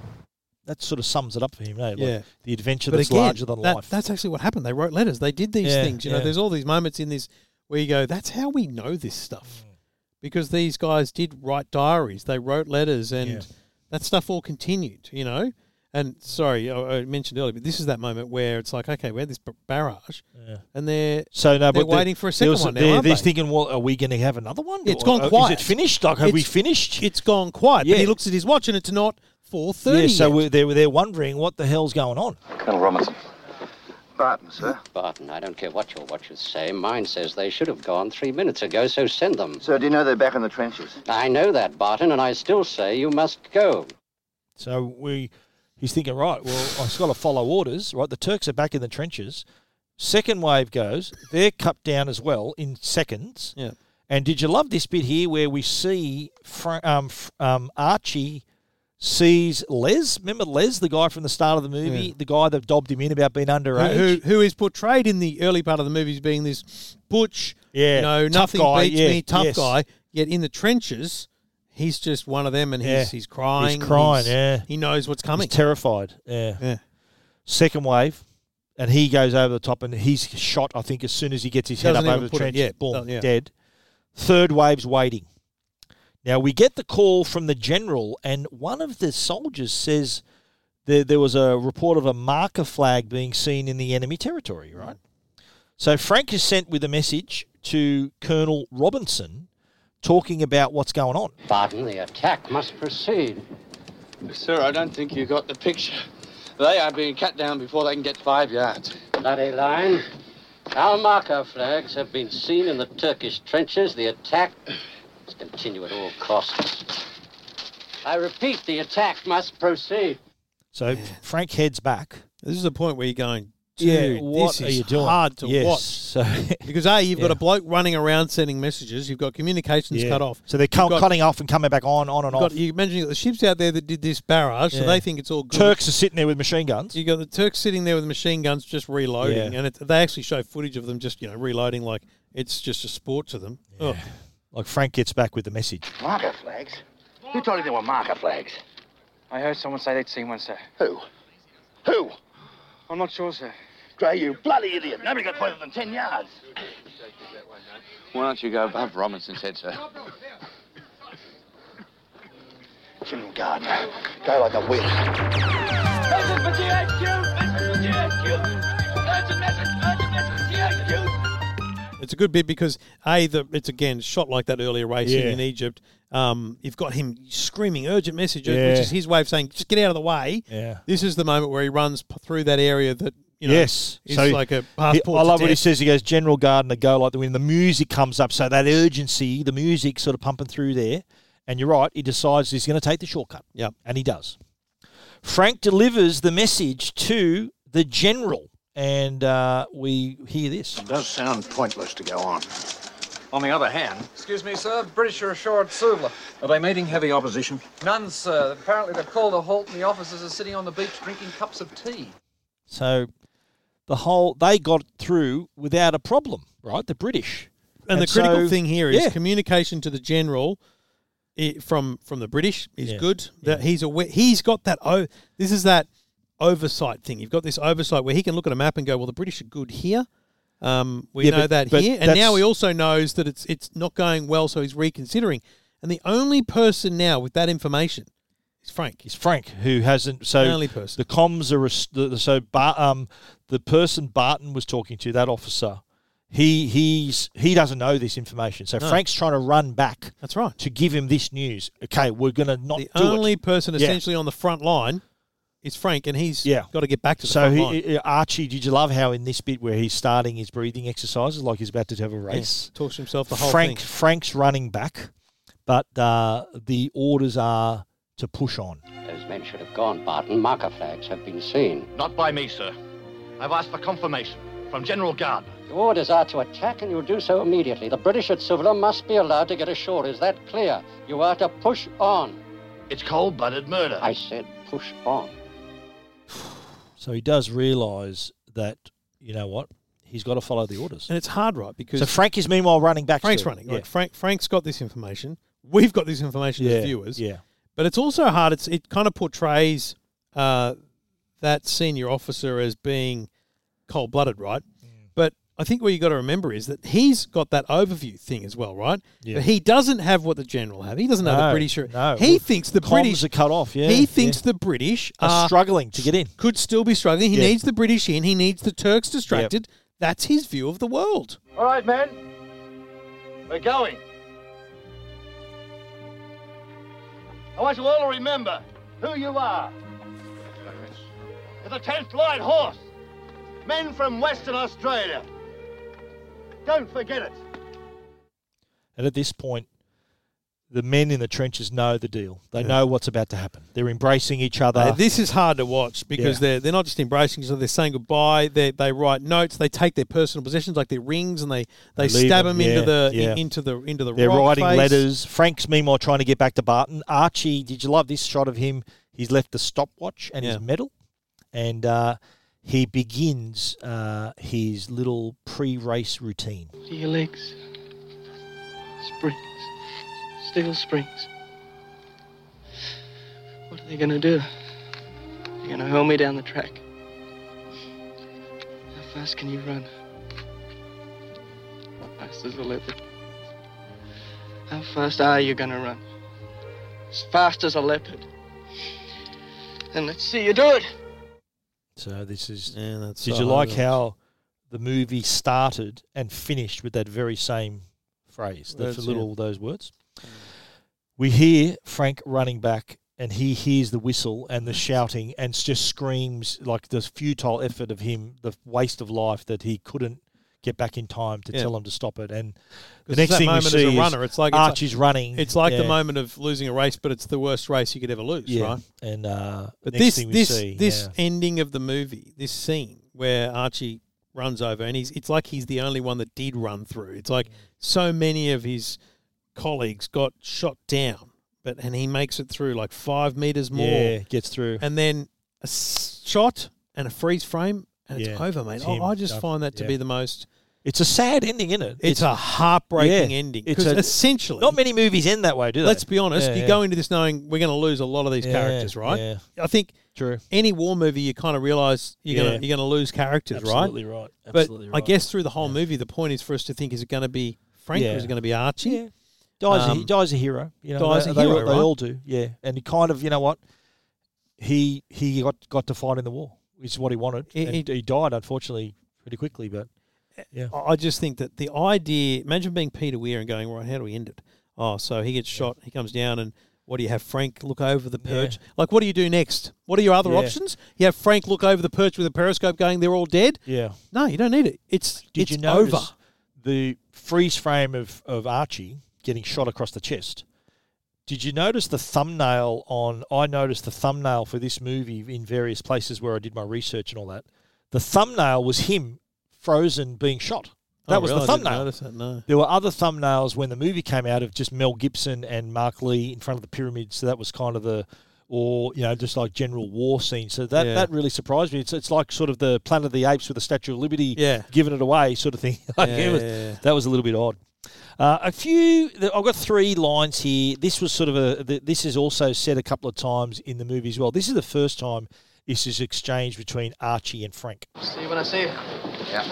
S6: That sort of sums it up for him, eh? Like
S7: Yeah.
S6: the adventure
S7: But
S6: that's
S7: again,
S6: larger than
S7: that-
S6: life.
S7: That's actually what happened. They wrote letters. They did these
S6: Yeah,
S7: things. You
S6: yeah.
S7: know, there's all these moments in this where you go, "That's how we know this stuff,"
S6: Mm.
S7: because these guys did write diaries. They wrote letters, and that stuff all continued. You know. And sorry, I I mentioned earlier, but this is that moment where it's like, okay, we had this b- barrage,
S6: Yeah.
S7: and they're
S6: So no,
S7: they're
S6: but the-
S7: waiting for a
S6: there
S7: second
S6: was-
S7: one now,
S6: They're,
S7: aren't
S6: they're
S7: they?
S6: thinking, well, are we going to have another one?
S7: It's
S6: Or-
S7: gone
S6: or Is
S7: quiet.
S6: it finished? Like, have we
S7: It's-
S6: finished?
S7: It's gone quiet. But
S6: Yeah.
S7: he looks at his watch, and it's not four thirty.
S6: yeah. So we're, they're they're wondering what the hell's going on.
S17: Colonel Robinson.
S18: Barton, sir. Barton, I don't care what your watches say. Mine says they should have gone three minutes ago, so send them.
S17: Sir, do you know they're back in the trenches?
S18: I know that, Barton, and I still say you must go.
S6: So we, he's thinking, right, well, I've got to follow orders, right? The Turks are back in the trenches. Second wave goes, they're cut down as well in seconds.
S7: Yeah.
S6: And did you love this bit here where we see Fra- um, F- um, Archie sees Les? Remember Les, the guy from the start of the movie,
S7: Yeah.
S6: the guy that dobbed him in about being underage?
S7: who, who who is portrayed in the early part of the movie as being this butch,
S6: Yeah,
S7: you know,
S6: tough
S7: nothing
S6: guy,
S7: beats
S6: yeah,
S7: me, tough
S6: yes.
S7: guy. Yet in the trenches, he's just one of them, and
S6: Yeah.
S7: he's he's crying,
S6: He's crying,
S7: he's-
S6: yeah.
S7: he knows what's coming.
S6: He's terrified. Yeah.
S7: Yeah.
S6: Second wave, and he goes over the top, and he's shot. I think as soon as he gets his head up
S7: Doesn't
S6: over
S7: even
S6: the
S7: put it-
S6: trench,
S7: yeah,
S6: boom,
S7: oh, yeah.
S6: dead. Third wave's waiting. Now we get the call from the general, and one of the soldiers says there, there was a report of a marker flag being seen in the enemy territory. Right. So Frank is sent with a message to Colonel Robinson, talking about what's going on.
S18: Barton, the attack must proceed.
S15: Sir, I don't think you got the picture. They are being cut down before they can get five yards.
S18: Bloody line. Our marker flags have been seen in the Turkish trenches. The attack must continue at all costs. I repeat, the attack must proceed.
S6: So Frank heads back.
S7: This is a point where you're going,
S6: Yeah,
S7: dude,
S6: what
S7: this
S6: are
S7: is
S6: you doing?
S7: hard to
S6: Yes,
S7: watch.
S6: so-
S7: because a you've got
S6: Yeah.
S7: a bloke running around sending messages, you've got communications
S6: Yeah.
S7: cut off,
S6: So they're
S7: You've got-
S6: cutting off and coming back on, on and
S7: you've got-
S6: off.
S7: You imagine you've got the ships out there that did this barrage, so
S6: Yeah.
S7: they think it's all good.
S6: Turks are sitting there with machine guns.
S7: You got the Turks sitting there with machine guns just reloading,
S6: Yeah.
S7: and it, they actually show footage of them just you know reloading like it's just a sport to them. Ugh.
S6: Like Frank gets back with the message.
S19: Marker flags? Who told you there were marker flags? I heard someone say they'd seen one, sir. Who? Who? I'm not sure, sir. Gray, you bloody idiot. Nobody got further than 10 yards.
S12: Why don't you go above Robinson's head, sir?
S19: General Gardner, go like a wheel.
S8: Urgent for GHQ! Urgent for GHQ! Urgent message! Urgent message! GHQ!
S7: It's a good bit because a the it's again shot like that earlier race in-
S6: Yeah.
S7: in Egypt. Um, you've got him screaming urgent message,
S6: Yeah.
S7: which is his way of saying just get out of the way.
S6: Yeah.
S7: This is the moment where he runs p- through that area that you know
S6: yes.
S7: is
S6: So
S7: like a passport.
S6: he- I
S7: to
S6: love what he
S7: death.
S6: says. He goes, General Gardner, go like the wind. The music comes up. So that urgency, the music sort of pumping through there. And you're right, he decides he's going to take the shortcut.
S7: Yep.
S6: And he does. Frank delivers the message to the general. And uh, we hear this. It
S19: does sound pointless to go on.
S20: On the other hand. Excuse me, sir. British are ashore at Suvla. Are they meeting heavy opposition? None, sir. Apparently they've called a halt and the officers are sitting on the beach drinking cups of tea.
S6: So the whole they got through without a problem, right? The British.
S7: And, the critical
S6: so-
S7: thing here is
S6: yeah,
S7: communication to the general i from from the British is
S6: Yeah.
S7: good. That he's aware, he's got that. Oh, this is that oversight thing. You've got this oversight where he can look at a map and go, "Well, the British are good here. Um, we
S6: Yeah,
S7: know
S6: but-
S7: that
S6: but
S7: here, and now
S6: that's-
S7: he also knows that it's it's not going well, so he's reconsidering." And the only person now with that information is Frank.
S6: It's Frank who hasn't. So
S7: The only person.
S6: the comms are res- the, the- so Bar, um the person Barton was talking to that officer. He he's he doesn't know this information. So
S7: No.
S6: Frank's trying to run back.
S7: That's right.
S6: To give him this news. Okay, we're gonna not
S7: The
S6: do
S7: only
S6: it.
S7: person
S6: Yeah.
S7: essentially on the front line is Frank, and he's
S6: Yeah.
S7: got to get back to the
S6: So
S7: front
S6: he,
S7: line.
S6: he- Archie, did you love how in this bit where he's starting his breathing exercises, like he's about to have a race,
S7: talks to himself the whole
S6: Frank
S7: thing.
S6: Frank's running back, but uh, the orders are to push on.
S18: Those men should have gone, Barton. Marker flags have been seen.
S19: Not by me, sir. I've asked for confirmation from General Gard.
S18: Your orders are to attack, and you'll do so immediately. The British at Suvla must be allowed to get ashore. Is that clear? You are to push on. It's cold-blooded murder. I said push on.
S6: So he does realise that you know what he's got to follow the orders.
S7: And it's hard, right? Because
S6: so Frank is meanwhile running back.
S7: Frank's
S6: still.
S7: running.
S6: Yeah.
S7: Like Frank, Frank's got this information. We've got this information
S6: Yeah,
S7: as viewers.
S6: yeah.
S7: But it's also hard. It's it kind of portrays uh, that senior officer as being cold blooded, right?
S6: Mm.
S7: But I think what you got to remember is that he's got that overview thing as well, right?
S6: Yeah.
S7: But he doesn't have what the general have. He doesn't know the
S6: No,
S7: British. Are,
S6: no.
S7: He thinks the
S6: Comms
S7: British
S6: are cut off, yeah,
S7: He thinks
S6: yeah.
S7: the British
S6: Are
S7: are,
S6: struggling to get in.
S7: Could still be struggling. He
S6: Yeah.
S7: needs the British in. He needs the Turks distracted. That's his view of the world.
S19: All right, men. We're going. I want you all to remember who you are. It's the 10th Light Horse. Men from Western Australia. Don't forget it.
S6: And at this point, the men in the trenches know the deal. They know what's about to happen. They're embracing each other.
S7: Uh, this is hard to watch because
S6: Ah. Yeah.
S7: they're they're not just embracing each other; they're saying goodbye. They they write notes. They take their personal possessions like their rings and they they
S6: Leave
S7: stab them, into
S6: yeah,
S7: the
S6: yeah.
S7: into the into the.
S6: They're
S7: rock
S6: writing
S7: face.
S6: letters. Frank's meanwhile trying to get back to Barton. Archie, did you love this shot of him? He's left the stopwatch and
S7: Yeah.
S6: his medal, and uh, he begins uh, his little pre-race routine.
S13: to your legs. Springs. Steel springs. What are they gonna do? They're gonna hurl me down the track. How fast can you run? Fast as a leopard. How fast are you gonna run? As fast as a leopard. And let's see you do it.
S6: So this is.
S7: Yeah, that's
S6: did
S7: so
S6: you
S7: hard
S6: like
S7: to watch.
S6: how the movie started and finished with that very same phrase? That's
S7: Words, yeah. Mm.
S6: little those words. We hear Frank running back, and he hears the whistle and the shouting, and s- just screams like this futile effort of him, the waste of life that he couldn't get back in time to
S7: Yeah.
S6: tell him to stop it. And the
S7: 'Cause
S6: next
S7: that
S6: thing we
S7: moment
S6: see
S7: as
S6: is
S7: a runner, it's like it's
S6: Archie's
S7: like-
S6: running.
S7: It's like the
S6: Yeah.
S7: moment of losing a race, but it's the worst race you could ever lose,
S6: Yeah.
S7: right?
S6: And uh,
S7: But
S6: next
S7: this
S6: thing we
S7: this
S6: see,
S7: this
S6: yeah.
S7: ending of the movie, this scene where Archie runs over and he's it's like he's the only one that did run through. It's
S6: Mm.
S7: like so many of his colleagues got shot down, but and he makes it through like five meters more.
S6: Yeah, gets through.
S7: and then a s- shot and a freeze frame, and it's
S6: Yeah,
S7: over, mate.
S6: it's
S7: I,
S6: him
S7: I just
S6: done.
S7: find that to
S6: Yeah.
S7: be the most.
S6: It's a sad ending, isn't it?
S7: It's, a heartbreaking
S6: yeah,
S7: ending.
S6: it's
S7: Because
S6: a-
S7: essentially,
S6: Not many movies end that way, do they?
S7: Let's be honest.
S6: Yeah,
S7: you
S6: yeah.
S7: go into this knowing we're going to lose a lot of these
S6: Yeah,
S7: characters, right?
S6: yeah.
S7: I think
S6: True.
S7: Any war movie, you kind of realize you're
S6: Yeah.
S7: going to you're going to lose characters,
S6: Absolutely
S7: right?
S6: right. Absolutely
S7: but I
S6: right.
S7: guess through the whole movie, the point is for us to think: is it going to be Frank or
S6: Yeah.
S7: is it going to be Archie?
S6: Yeah. Dies, a, dies a hero. You know,
S7: um, dies
S6: they,
S7: a
S6: they-
S7: hero.
S6: They,
S7: right?
S6: all do. Yeah, and he kind of, you know what, he he got got to fight in the war. It's what he wanted.
S7: He-
S6: and
S7: he-
S6: he died unfortunately pretty quickly, but yeah.
S7: I I just think that the idea, imagine being Peter Weir and going, right, how do we end it? Oh, so he gets shot, he comes down, and what do you have? Frank look over the perch. Like, what do you do next? What are your other
S6: Yeah.
S7: options? You have Frank look over the perch with a periscope going, they're all dead?
S6: Yeah.
S7: No, you don't need it. It's,
S6: Did
S7: it's
S6: you
S7: over.
S6: notice Oh, the freeze frame of, of Archie getting shot across the chest? Did you notice the thumbnail on? I noticed the thumbnail for this movie in various places where I did my research and all that. The thumbnail was him frozen being shot.
S7: Oh,
S6: That was
S7: really?
S6: the
S7: I didn't
S6: thumbnail.
S7: notice that, no.
S6: There were other thumbnails when the movie came out of just Mel Gibson and Mark Lee in front of the pyramid. So that was kind of the, or you know, just like general war scene. So that
S7: Yeah.
S6: that really surprised me. It's it's like sort of the Planet of the Apes with the Statue of Liberty
S7: Yeah.
S6: giving it away sort of thing. Like,
S7: Yeah,
S6: it was-
S7: yeah, yeah.
S6: That was a little bit odd. Uh, a few. th- I've got three lines here. This was sort of a. th- This is also said a couple of times in the movie as well. This is the first time this is exchanged between Archie and Frank.
S18: See you when I see you. Yeah.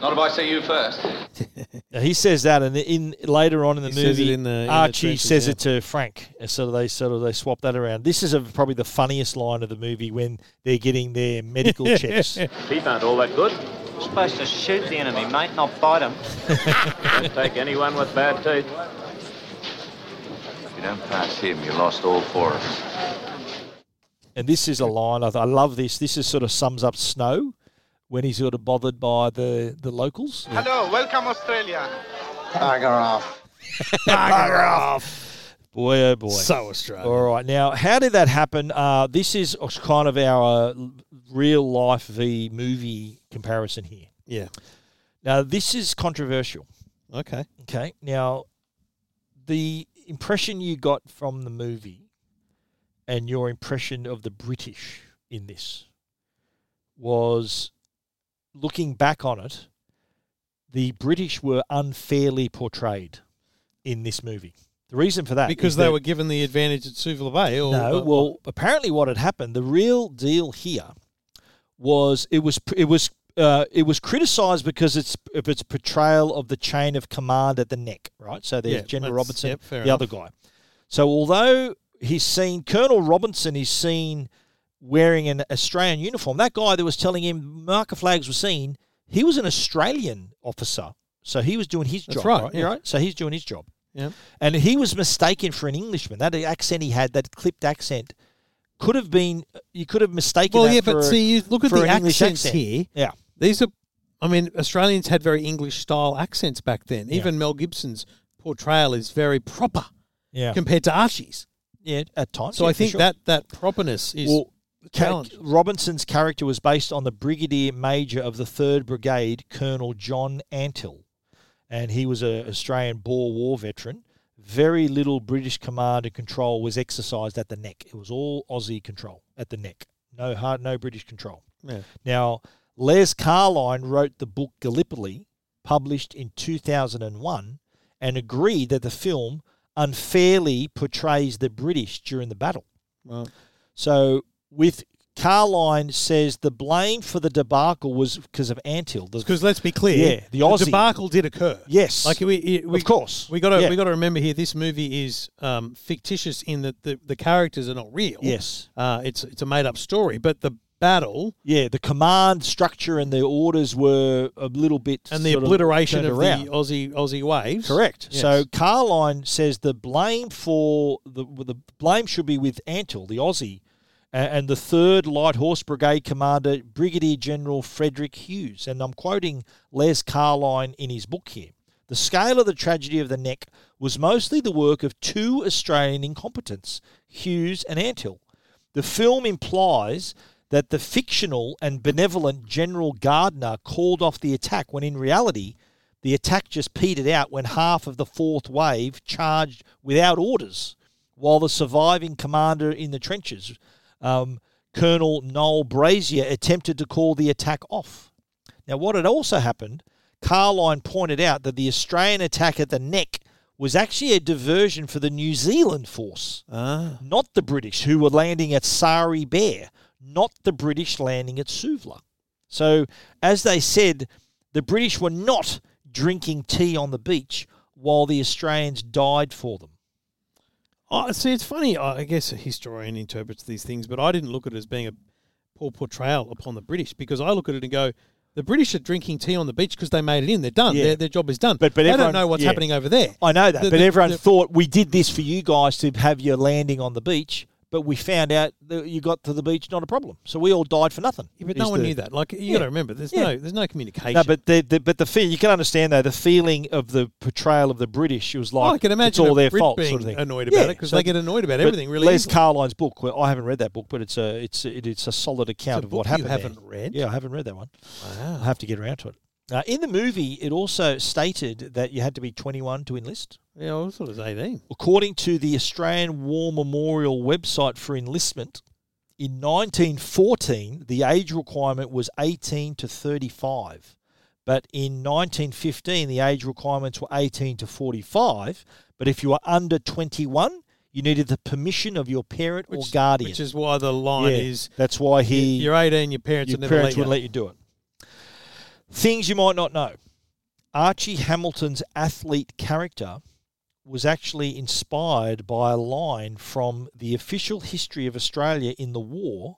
S12: Not if I see you first.
S6: Now, he says that, and in later on in the
S7: He
S6: movie,
S7: says it in the- in the
S6: Archie
S7: trenches,
S6: says
S7: yeah.
S6: it to Frank. And So they sort of they swap that around. This is a, probably the funniest line of the movie when they're getting their medical checks.
S2: Teeth aren't all that good. You're supposed to shoot the enemy, mate, not bite him. Don't take anyone with bad teeth.
S12: If you don't pass him, you lost all four of us.
S6: And this is a line I, th- I love. This this is sort of sums up Snow when he's sort of bothered by the the locals.
S21: Hello, welcome Australia.
S17: Bugger off.
S6: Bugger off. Boy, oh boy.
S7: So Australian.
S6: All right. Now, how did that happen? Uh, this is kind of our uh, real life v movie comparison here.
S7: Yeah.
S6: Now, this is controversial.
S7: Okay.
S6: Okay. Now, the impression you got from the movie and your impression of the British in this was looking back on it, the British were unfairly portrayed in this movie. The reason for that
S7: because
S6: is
S7: they
S6: that-
S7: were given the advantage at Suvla Bay. Or,
S6: no,
S7: or-
S6: well, apparently what had happened, the real deal here was it was it was uh, it was criticised because it's of its portrayal of the chain of command at the neck, right? So there's
S7: Yeah,
S6: General
S7: that's-
S6: Robinson,
S7: yep,
S6: the
S7: fair
S6: other guy.
S7: enough.
S6: So although he's seen Colonel Robinson is seen wearing an Australian uniform, that guy that was telling him marker flags were seen, he was an Australian officer. So he was doing his
S7: That's
S6: job,
S7: right,
S6: right?
S7: yeah.
S6: right? So he's doing his job.
S7: Yeah.
S6: And he was mistaken for an Englishman. That accent he had, that clipped accent, could have been you could have mistaken.
S7: Well,
S6: that
S7: yeah,
S6: for,
S7: but see, you look at
S6: for
S7: the
S6: an English
S7: accents
S6: accent.
S7: here.
S6: Yeah,
S7: These are, I mean, Australians had very English style accents back then. Even Mel Gibson's portrayal is very proper
S6: yeah,
S7: compared to Archie's.
S6: yeah. At times,
S7: So
S6: yeah,
S7: I
S6: for
S7: think
S6: sure.
S7: that that properness is
S6: Well,
S7: the
S6: Ca-
S7: challenge.
S6: Robinson's character was based on the brigadier major of the Third Brigade, Colonel John Antill, and he was an Australian Boer War veteran. Very little British command and control was exercised at the neck. It was all Aussie control at the neck. No hard, no British control.
S7: Yeah.
S6: Now, Les Carline wrote the book Gallipoli, published in 2001, and agreed that the film unfairly portrays the British during the battle.
S7: Right.
S6: So, with Carline says the blame for the debacle was because of Antill.
S7: Because let's be clear,
S6: yeah, the Aussie
S7: debacle did occur.
S6: Yes,
S7: Like we, we
S6: of course,
S7: we got to
S6: Yeah.
S7: we got to remember here. This movie is um, fictitious in that the, the characters are not real.
S6: Yes.
S7: uh, it's it's a made up story, but the battle
S6: yeah, the command structure and the orders were a little bit
S7: and the
S6: sort
S7: obliteration
S6: turned
S7: of,
S6: around.
S7: the Aussie Aussie waves.
S6: Correct.
S7: Yes.
S6: So Carline says the blame for the the blame should be with Antill, the Aussie, a- and the Third Light Horse Brigade Commander Brigadier General Frederick Hughes. And I'm quoting Les Carline in his book here. The scale of the tragedy of the neck was mostly the work of two Australian incompetents, Hughes and Antill. The film implies that the fictional and benevolent General Gardner called off the attack when in reality the attack just petered out when half of the fourth wave charged without orders, while the surviving commander in the trenches, um, Colonel Noel Brazier, attempted to call the attack off. Now, what had also happened, Carline pointed out that the Australian attack at the neck was actually a diversion for the New Zealand force, not the British, who were landing at Sari Bear, not the British landing at Suvla. So, as they said, the British were not drinking tea on the beach while the Australians died for them.
S7: Oh, see, it's funny. I I guess a historian interprets these things, but I didn't look at it as being a poor portrayal upon the British because I look at it and go, the British are drinking tea on the beach because they made it in. They're done.
S6: Yeah.
S7: Their, their job is done.
S6: But, but
S7: they
S6: everyone-
S7: don't know what's
S6: yeah.
S7: happening over there.
S6: I know that,
S7: The-
S6: but
S7: the-
S6: everyone
S7: the-
S6: thought we did this for you guys to have your landing on the beach, but we found out that you got to the beach, not a problem. So we all died for nothing.
S7: Yeah, but
S6: is
S7: no one
S6: the-
S7: knew that. Like you
S6: Yeah.
S7: got to remember, there's
S6: Yeah.
S7: no there's no communication.
S6: No, but the, the but the feel you can understand though the feeling of the portrayal of the British. It was like
S7: I can
S6: it's
S7: imagine
S6: all
S7: a
S6: their
S7: Brit
S6: fault,
S7: being
S6: sort of thing.
S7: annoyed about it 'cause they get annoyed about
S6: but
S7: everything really
S6: Les
S7: easily.
S6: Carline's book. Well, I haven't read that book, but it's a it's a, it, it's a solid account of what
S7: book you
S6: happened. there.
S7: haven't read?
S6: Yeah, I haven't read that one.
S7: Wow.
S6: I have to get around to it. Uh, in the movie, it also stated that you had to be 21 to enlist.
S7: yeah, I thought it was eighteen.
S6: According to the Australian War Memorial website for enlistment, in 1914, the age requirement was 18 to 35. But in 1915, the age requirements were 18 to 45. But if you were under 21, you needed the permission of your parent or guardian.
S7: which is why the line
S6: Yeah,
S7: is
S6: that's why
S7: y-
S6: he
S7: You're eighteen. Your parents
S6: your
S7: would never
S6: parents
S7: let you.
S6: wouldn't let you do it. Things you might not know. Archie Hamilton's athlete character was actually inspired by a line from the official history of Australia in the war,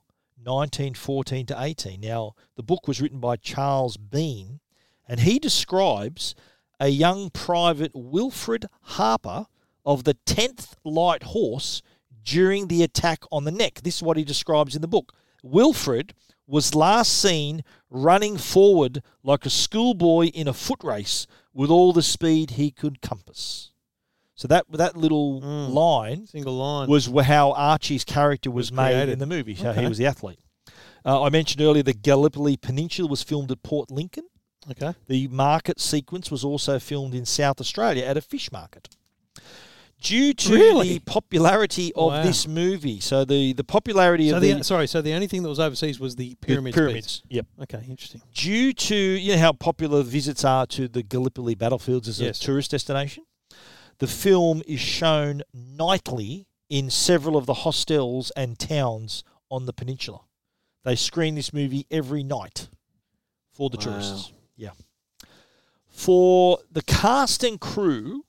S6: 1914 to 18. Now, the book was written by Charles Bean, and he describes a young private Wilfred Harper of the 10th Light Horse during the attack on the neck. This is what he describes in the book. Wilfred was last seen running forward like a schoolboy in a foot race with all the speed he could compass. So that that little line,
S7: Mm. single line,
S6: was wh- how Archie's character was, made
S7: created.
S6: in the movie. So he
S7: Okay.
S6: was the athlete. Uh, I mentioned earlier the Gallipoli Peninsula was filmed at Port Lincoln.
S7: Okay.
S6: The market sequence was also filmed in South Australia at a fish market. Due to the popularity of
S7: Wow.
S6: this movie, so the, the popularity
S7: So
S6: of
S7: the, sorry, so the only thing that was overseas was the pyramids.
S6: pyramids, Yep.
S7: Okay. Interesting.
S6: due to you know how popular visits are to the Gallipoli battlefields as
S7: Yes.
S6: a tourist destination, the film is shown nightly in several of the hostels and towns on the peninsula. They screen this movie every night for the tourists. Yeah. For the cast and crew,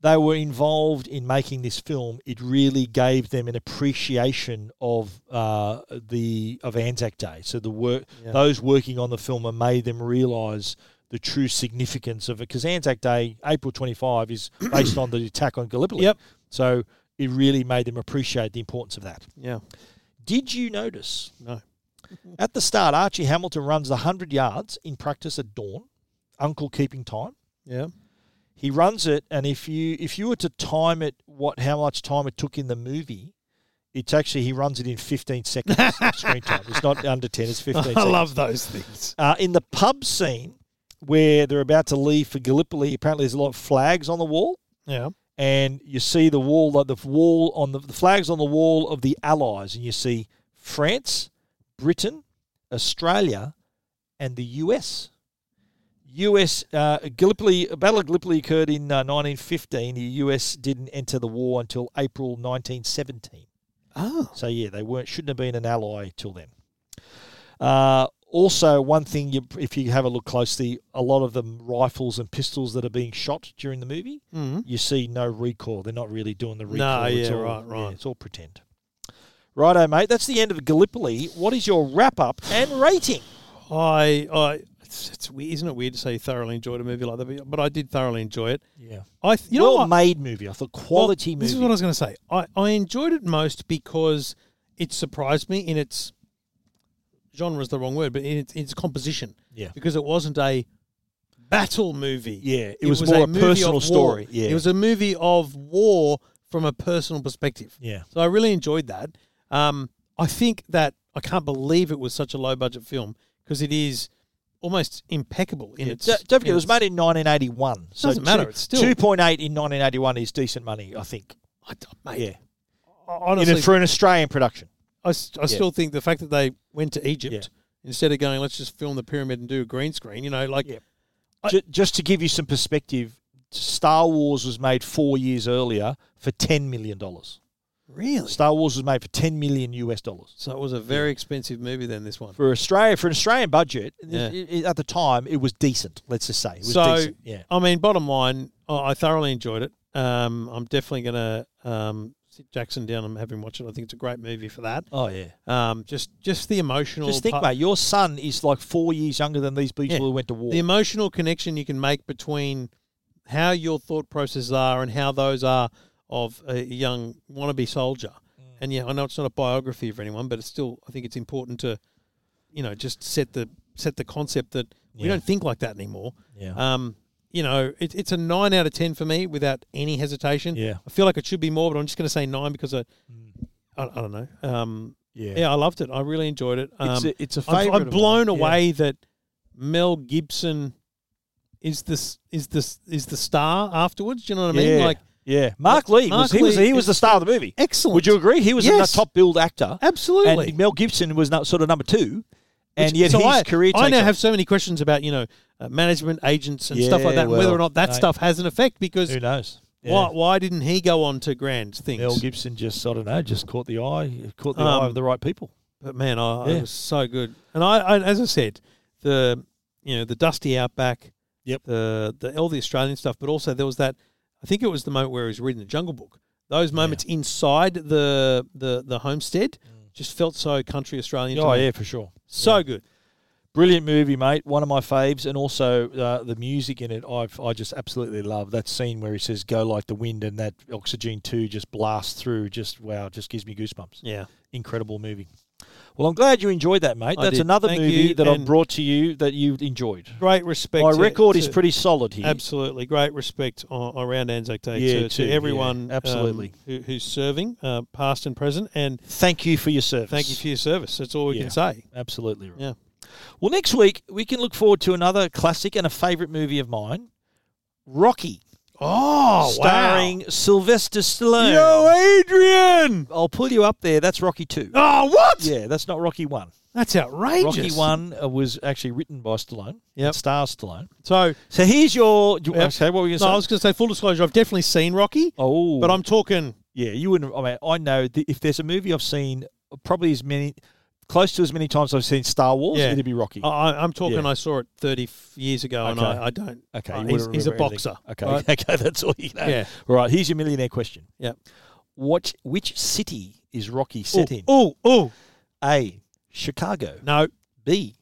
S6: they were involved in making this film. It really gave them an appreciation of uh, the of Anzac Day. So the work
S7: Yeah.
S6: those working on the film and made them realise the true significance of it because Anzac Day, April twenty five, is based on the attack on Gallipoli.
S7: Yep.
S6: So it really made them appreciate the importance of that.
S7: Yeah.
S6: Did you notice?
S7: No.
S6: At the start, Archie Hamilton runs the 100 yards in practice at dawn, uncle keeping time.
S7: Yeah.
S6: He runs it, and if you if you were to time it, what how much time it took in the movie, it's actually he runs it in 15 seconds of screen time. It's not under 10; it's 15.
S7: I
S6: seconds.
S7: love those things.
S6: Uh, in the pub scene where they're about to leave for Gallipoli, apparently there's a lot of flags on the wall
S7: Yeah.
S6: and you see the wall, like the wall on the, the flags on the wall of the Allies, and you see France, Britain, Australia, and the US. US uh, Gallipoli Battle of Gallipoli occurred in uh, 1915. The US didn't enter the war until April 1917.
S7: Oh,
S6: so yeah, they weren't shouldn't have been an ally till then. Uh, also, one thing you, if you have a look closely, a lot of the rifles and pistols that are being shot during the movie,
S7: Mhm.
S6: you see no recoil. They're not really doing the
S7: No,
S6: recoil. it's
S7: yeah,
S6: all,
S7: right, right.
S6: yeah, it's all pretend. Righto, mate. That's the end of Gallipoli. What is your wrap up and rating?
S7: I, I, it's, it's weird, isn't it weird to say you thoroughly enjoyed a movie like that? But- But I did thoroughly enjoy it.
S6: Yeah.
S7: I, th- you know, what?
S6: made movie. I thought quality
S7: Well,
S6: movie.
S7: This is what I was going to say. I, I enjoyed it most because it surprised me in its genre is the wrong word, but in its, its composition.
S6: Yeah.
S7: Because it wasn't a battle movie.
S6: Yeah, it was more a
S7: movie of
S6: personal
S7: war.
S6: story. Yeah.
S7: It was a movie of war from a personal perspective.
S6: Yeah.
S7: So I really enjoyed that. Um, I think that I can't believe it was such a low budget film because it is almost impeccable in
S6: Yeah,
S7: its.
S6: don't don't forget,
S7: in
S6: it was
S7: its-
S6: made in 1981. So
S7: Doesn't matter, it's still-
S6: 2.8 in 1981 is decent money, I think.
S7: I, mate, yeah.
S6: in a,
S7: Honestly,
S6: for an Australian production.
S7: I, s- I
S6: Yeah.
S7: still think the fact that they went to Egypt instead of going, let's just film the pyramid and do a green screen, you know, like,
S6: Ju- just to give you some perspective, Star Wars was made four years earlier for ten million dollars.
S7: Really?
S6: Star Wars was made for ten million US dollars
S7: so it was a very expensive movie then, this one.
S6: for Australia for an Australian budget
S7: Yeah.
S6: it- it- at the time. It was decent. Let's just say it was
S7: so,
S6: decent. Yeah,
S7: I mean, bottom line, I I thoroughly enjoyed it. Um, I'm definitely going to um, sit Jackson down and have him watch it. I think it's a great movie for that.
S6: Oh, yeah.
S7: Um, just, just the emotional.
S6: just think,
S7: part-
S6: mate. Your son is like four years younger than these people who went to war.
S7: the emotional connection you can make between how your thought processes are and how those are of a young wannabe soldier.
S6: Mm.
S7: And yeah, I know it's not a biography of anyone, but it's still I think it's important to, you know, just set the set the concept that we
S6: Yeah.
S7: don't think like that anymore.
S6: Yeah.
S7: Um, you know, it, it's a nine out of ten for me without any hesitation.
S6: Yeah. Mm.
S7: I feel like it should be more, but I'm just going to say nine because I, I, I don't know. Um,
S6: Yeah.
S7: yeah, I loved it. I really enjoyed it. Um,
S6: It's a- it's a
S7: I'm-
S6: favourite
S7: I'm
S6: of mine,
S7: blown
S6: yeah.
S7: away that Mel Gibson is this is this is the star afterwards. Do you know what I mean?
S6: Yeah.
S7: Like
S6: yeah, Mark Lee
S7: Mark
S6: was he was
S7: Lee
S6: he was
S7: is-
S6: the star of the movie.
S7: Excellent.
S6: Would you agree? He was
S7: Yes.
S6: a top billed actor.
S7: Absolutely.
S6: And Mel Gibson was not sort of number two. And
S7: Which-
S6: yet
S7: so
S6: his
S7: I,
S6: career.
S7: I
S6: takes
S7: now
S6: off.
S7: have so many questions about you know uh, management agents and stuff
S6: Yeah,
S7: like that, and whether
S6: well,
S7: or not that
S6: mate.
S7: stuff has an effect. Because
S6: Who knows?
S7: Why
S6: Yeah.
S7: why didn't he go on to grand things?
S6: Mel Gibson just I don't know, just caught the eye, caught the
S7: Um,
S6: eye of the right people.
S7: But man, I, I
S6: Yeah.
S7: was so good. And I, I, as I said, the you know the dusty outback,
S6: yep,
S7: the the all the Australian stuff, but also there was that. I think it was the moment where he was reading the Jungle Book. Those moments inside the the the homestead just felt so country Australian. to
S6: Mm. Oh,
S7: me.
S6: yeah, for sure.
S7: So
S6: Yeah.
S7: good.
S6: Brilliant movie, mate. One of my faves, and also uh, the music in it. I've, I just absolutely love that scene where he says "Go like the wind" and that Oxygen Two just blasts through. Just wow, just gives me goosebumps.
S7: Yeah.
S6: incredible movie. Well, I'm glad you enjoyed that, mate.
S7: I
S6: That's
S7: did.
S6: another
S7: Thank
S6: movie
S7: you,
S6: that I've
S7: and-
S6: brought to you that you enjoyed.
S7: Great respect.
S6: My
S7: to-
S6: record is
S7: to-
S6: pretty solid here.
S7: Absolutely, great respect on, around Anzac Day
S6: Yeah,
S7: to,
S6: too,
S7: to
S6: yeah,
S7: everyone um,
S6: absolutely.
S7: who, who's serving, uh, past and present. And
S6: thank you for your service.
S7: Thank you for your service. That's all we
S6: Yeah,
S7: can say.
S6: Absolutely right.
S7: Yeah.
S6: Well, next week we can look forward to another classic and a favourite movie of mine, Rocky.
S7: Oh,
S6: starring Sylvester Stallone.
S7: Adrian!
S6: I'll pull you up there. That's Rocky Two.
S7: Oh, what?
S6: Yeah, that's not Rocky One.
S7: That's outrageous.
S6: Rocky One uh, was actually written by Stallone. Yeah,
S7: Yep.
S6: stars Stallone.
S7: So,
S6: so here's your. do you-
S7: Yep.
S6: Okay, what were you going to
S7: No,
S6: say?
S7: I was going to say full disclosure. I've definitely seen Rocky.
S6: Oh,
S7: but I'm talking.
S6: Yeah, you wouldn't. I mean, I know that if there's a movie I've seen probably as many, close to as many times I've seen Star Wars,
S7: Yeah.
S6: it'd be Rocky.
S7: I, I- I'm talking.
S6: Yeah.
S7: I saw it 30 f- years ago, and
S6: Okay.
S7: I, I don't.
S6: Okay,
S7: I-
S6: you
S7: Uh, he's,
S6: wouldn't
S7: he's a
S6: remember
S7: boxer.
S6: anything.
S7: right?
S6: Okay, okay, that's all you know.
S7: Yeah.
S6: All right, here's your millionaire question.
S7: Yeah.
S6: What? Which city is Rocky set in?
S7: Oh, oh.
S6: A. Chicago.
S7: No.
S6: B.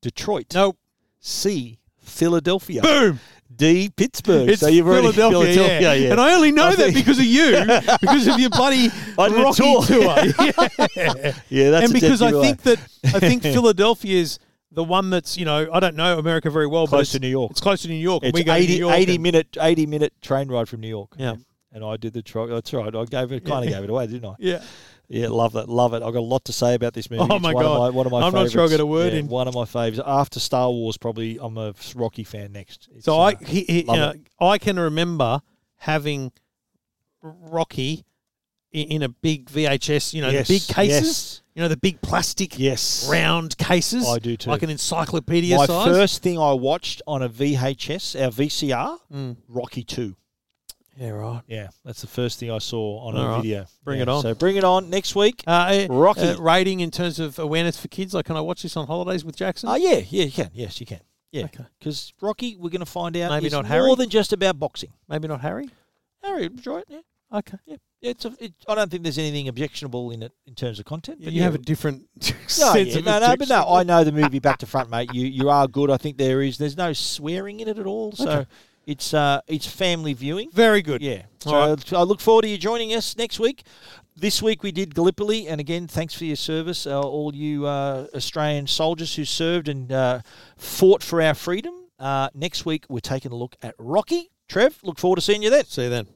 S6: Detroit.
S7: Nope.
S6: C. Philadelphia.
S7: Boom.
S6: D. Pittsburgh.
S7: It's
S6: so you've already
S7: Philadelphia, yeah. And I only know that
S6: think-
S7: because of you, because of your bloody
S6: I did a
S7: Rocky
S6: tour.
S7: tour.
S6: Yeah, that's
S7: and
S6: a
S7: because I
S6: deputy
S7: think
S6: lie.
S7: that I think Philadelphia is the one that's you know I don't know America very well, but
S6: Close
S7: it's,
S6: to New York.
S7: It's close to New York. and
S6: It's
S7: we go
S6: 80,
S7: to New York
S6: 80
S7: and-
S6: minute, eighty minute train ride from New York.
S7: Yeah.
S6: and I did the tro That's right. I gave it,
S7: Yeah.
S6: kind of gave it away, didn't I?
S7: Yeah.
S6: yeah. Love that. Love it. I've got a lot to say about this movie.
S7: Oh
S6: It's
S7: my
S6: one
S7: God.
S6: Of my, one of my
S7: I'm not sure I
S6: favourites.
S7: got a word
S6: Yeah,
S7: in.
S6: One of my favorites after Star Wars. Probably I'm a Rocky fan next. It's,
S7: So
S6: uh,
S7: I he, he, you
S6: love
S7: know,
S6: it.
S7: I can remember having Rocky i- in a big VHS, you know,
S6: Yes,
S7: the big cases,
S6: yes.
S7: you know, the big plastic,
S6: Yes.
S7: round cases.
S6: I do too.
S7: like an encyclopedia
S6: My
S7: size.
S6: first thing I watched on a VHS, our VCR,
S7: Mm.
S6: Rocky Two.
S7: yeah, right.
S6: Yeah, that's the first thing I saw on
S7: All
S6: a
S7: right.
S6: video.
S7: Bring
S6: Yeah,
S7: it on.
S6: So bring it on next week.
S7: Uh, uh,
S6: Rocky.
S7: uh, rating in terms of awareness for kids. Like, can I watch this on holidays with Jackson?
S6: Oh yeah, yeah, you can. Yes, you can. Yeah.
S7: Okay.
S6: Because Rocky, we're going to find out
S7: Maybe
S6: is
S7: not
S6: more
S7: Harry?
S6: than just about boxing.
S7: Maybe not Harry.
S6: Harry, enjoy it. Yeah.
S7: Okay.
S6: Yeah. Yeah, It's a, it, I don't think there's anything objectionable in it in terms of content. But
S7: you
S6: yeah.
S7: have a different
S6: no,
S7: sense
S6: yeah,
S7: of
S6: no, no, but no,
S7: objection.
S6: I know the movie back to front, mate. You you are good. I think there is. There's no swearing in it at all. So
S7: Okay.
S6: it's uh it's family viewing.
S7: Very good.
S6: Yeah. So
S7: All right.
S6: I look forward to you joining us next week. This week we did Gallipoli, and again, thanks for your service, uh, all you uh, Australian soldiers who served and uh, fought for our freedom. Uh, next week we're taking a look at Rocky. Trev, look forward to seeing you then.
S7: See you then.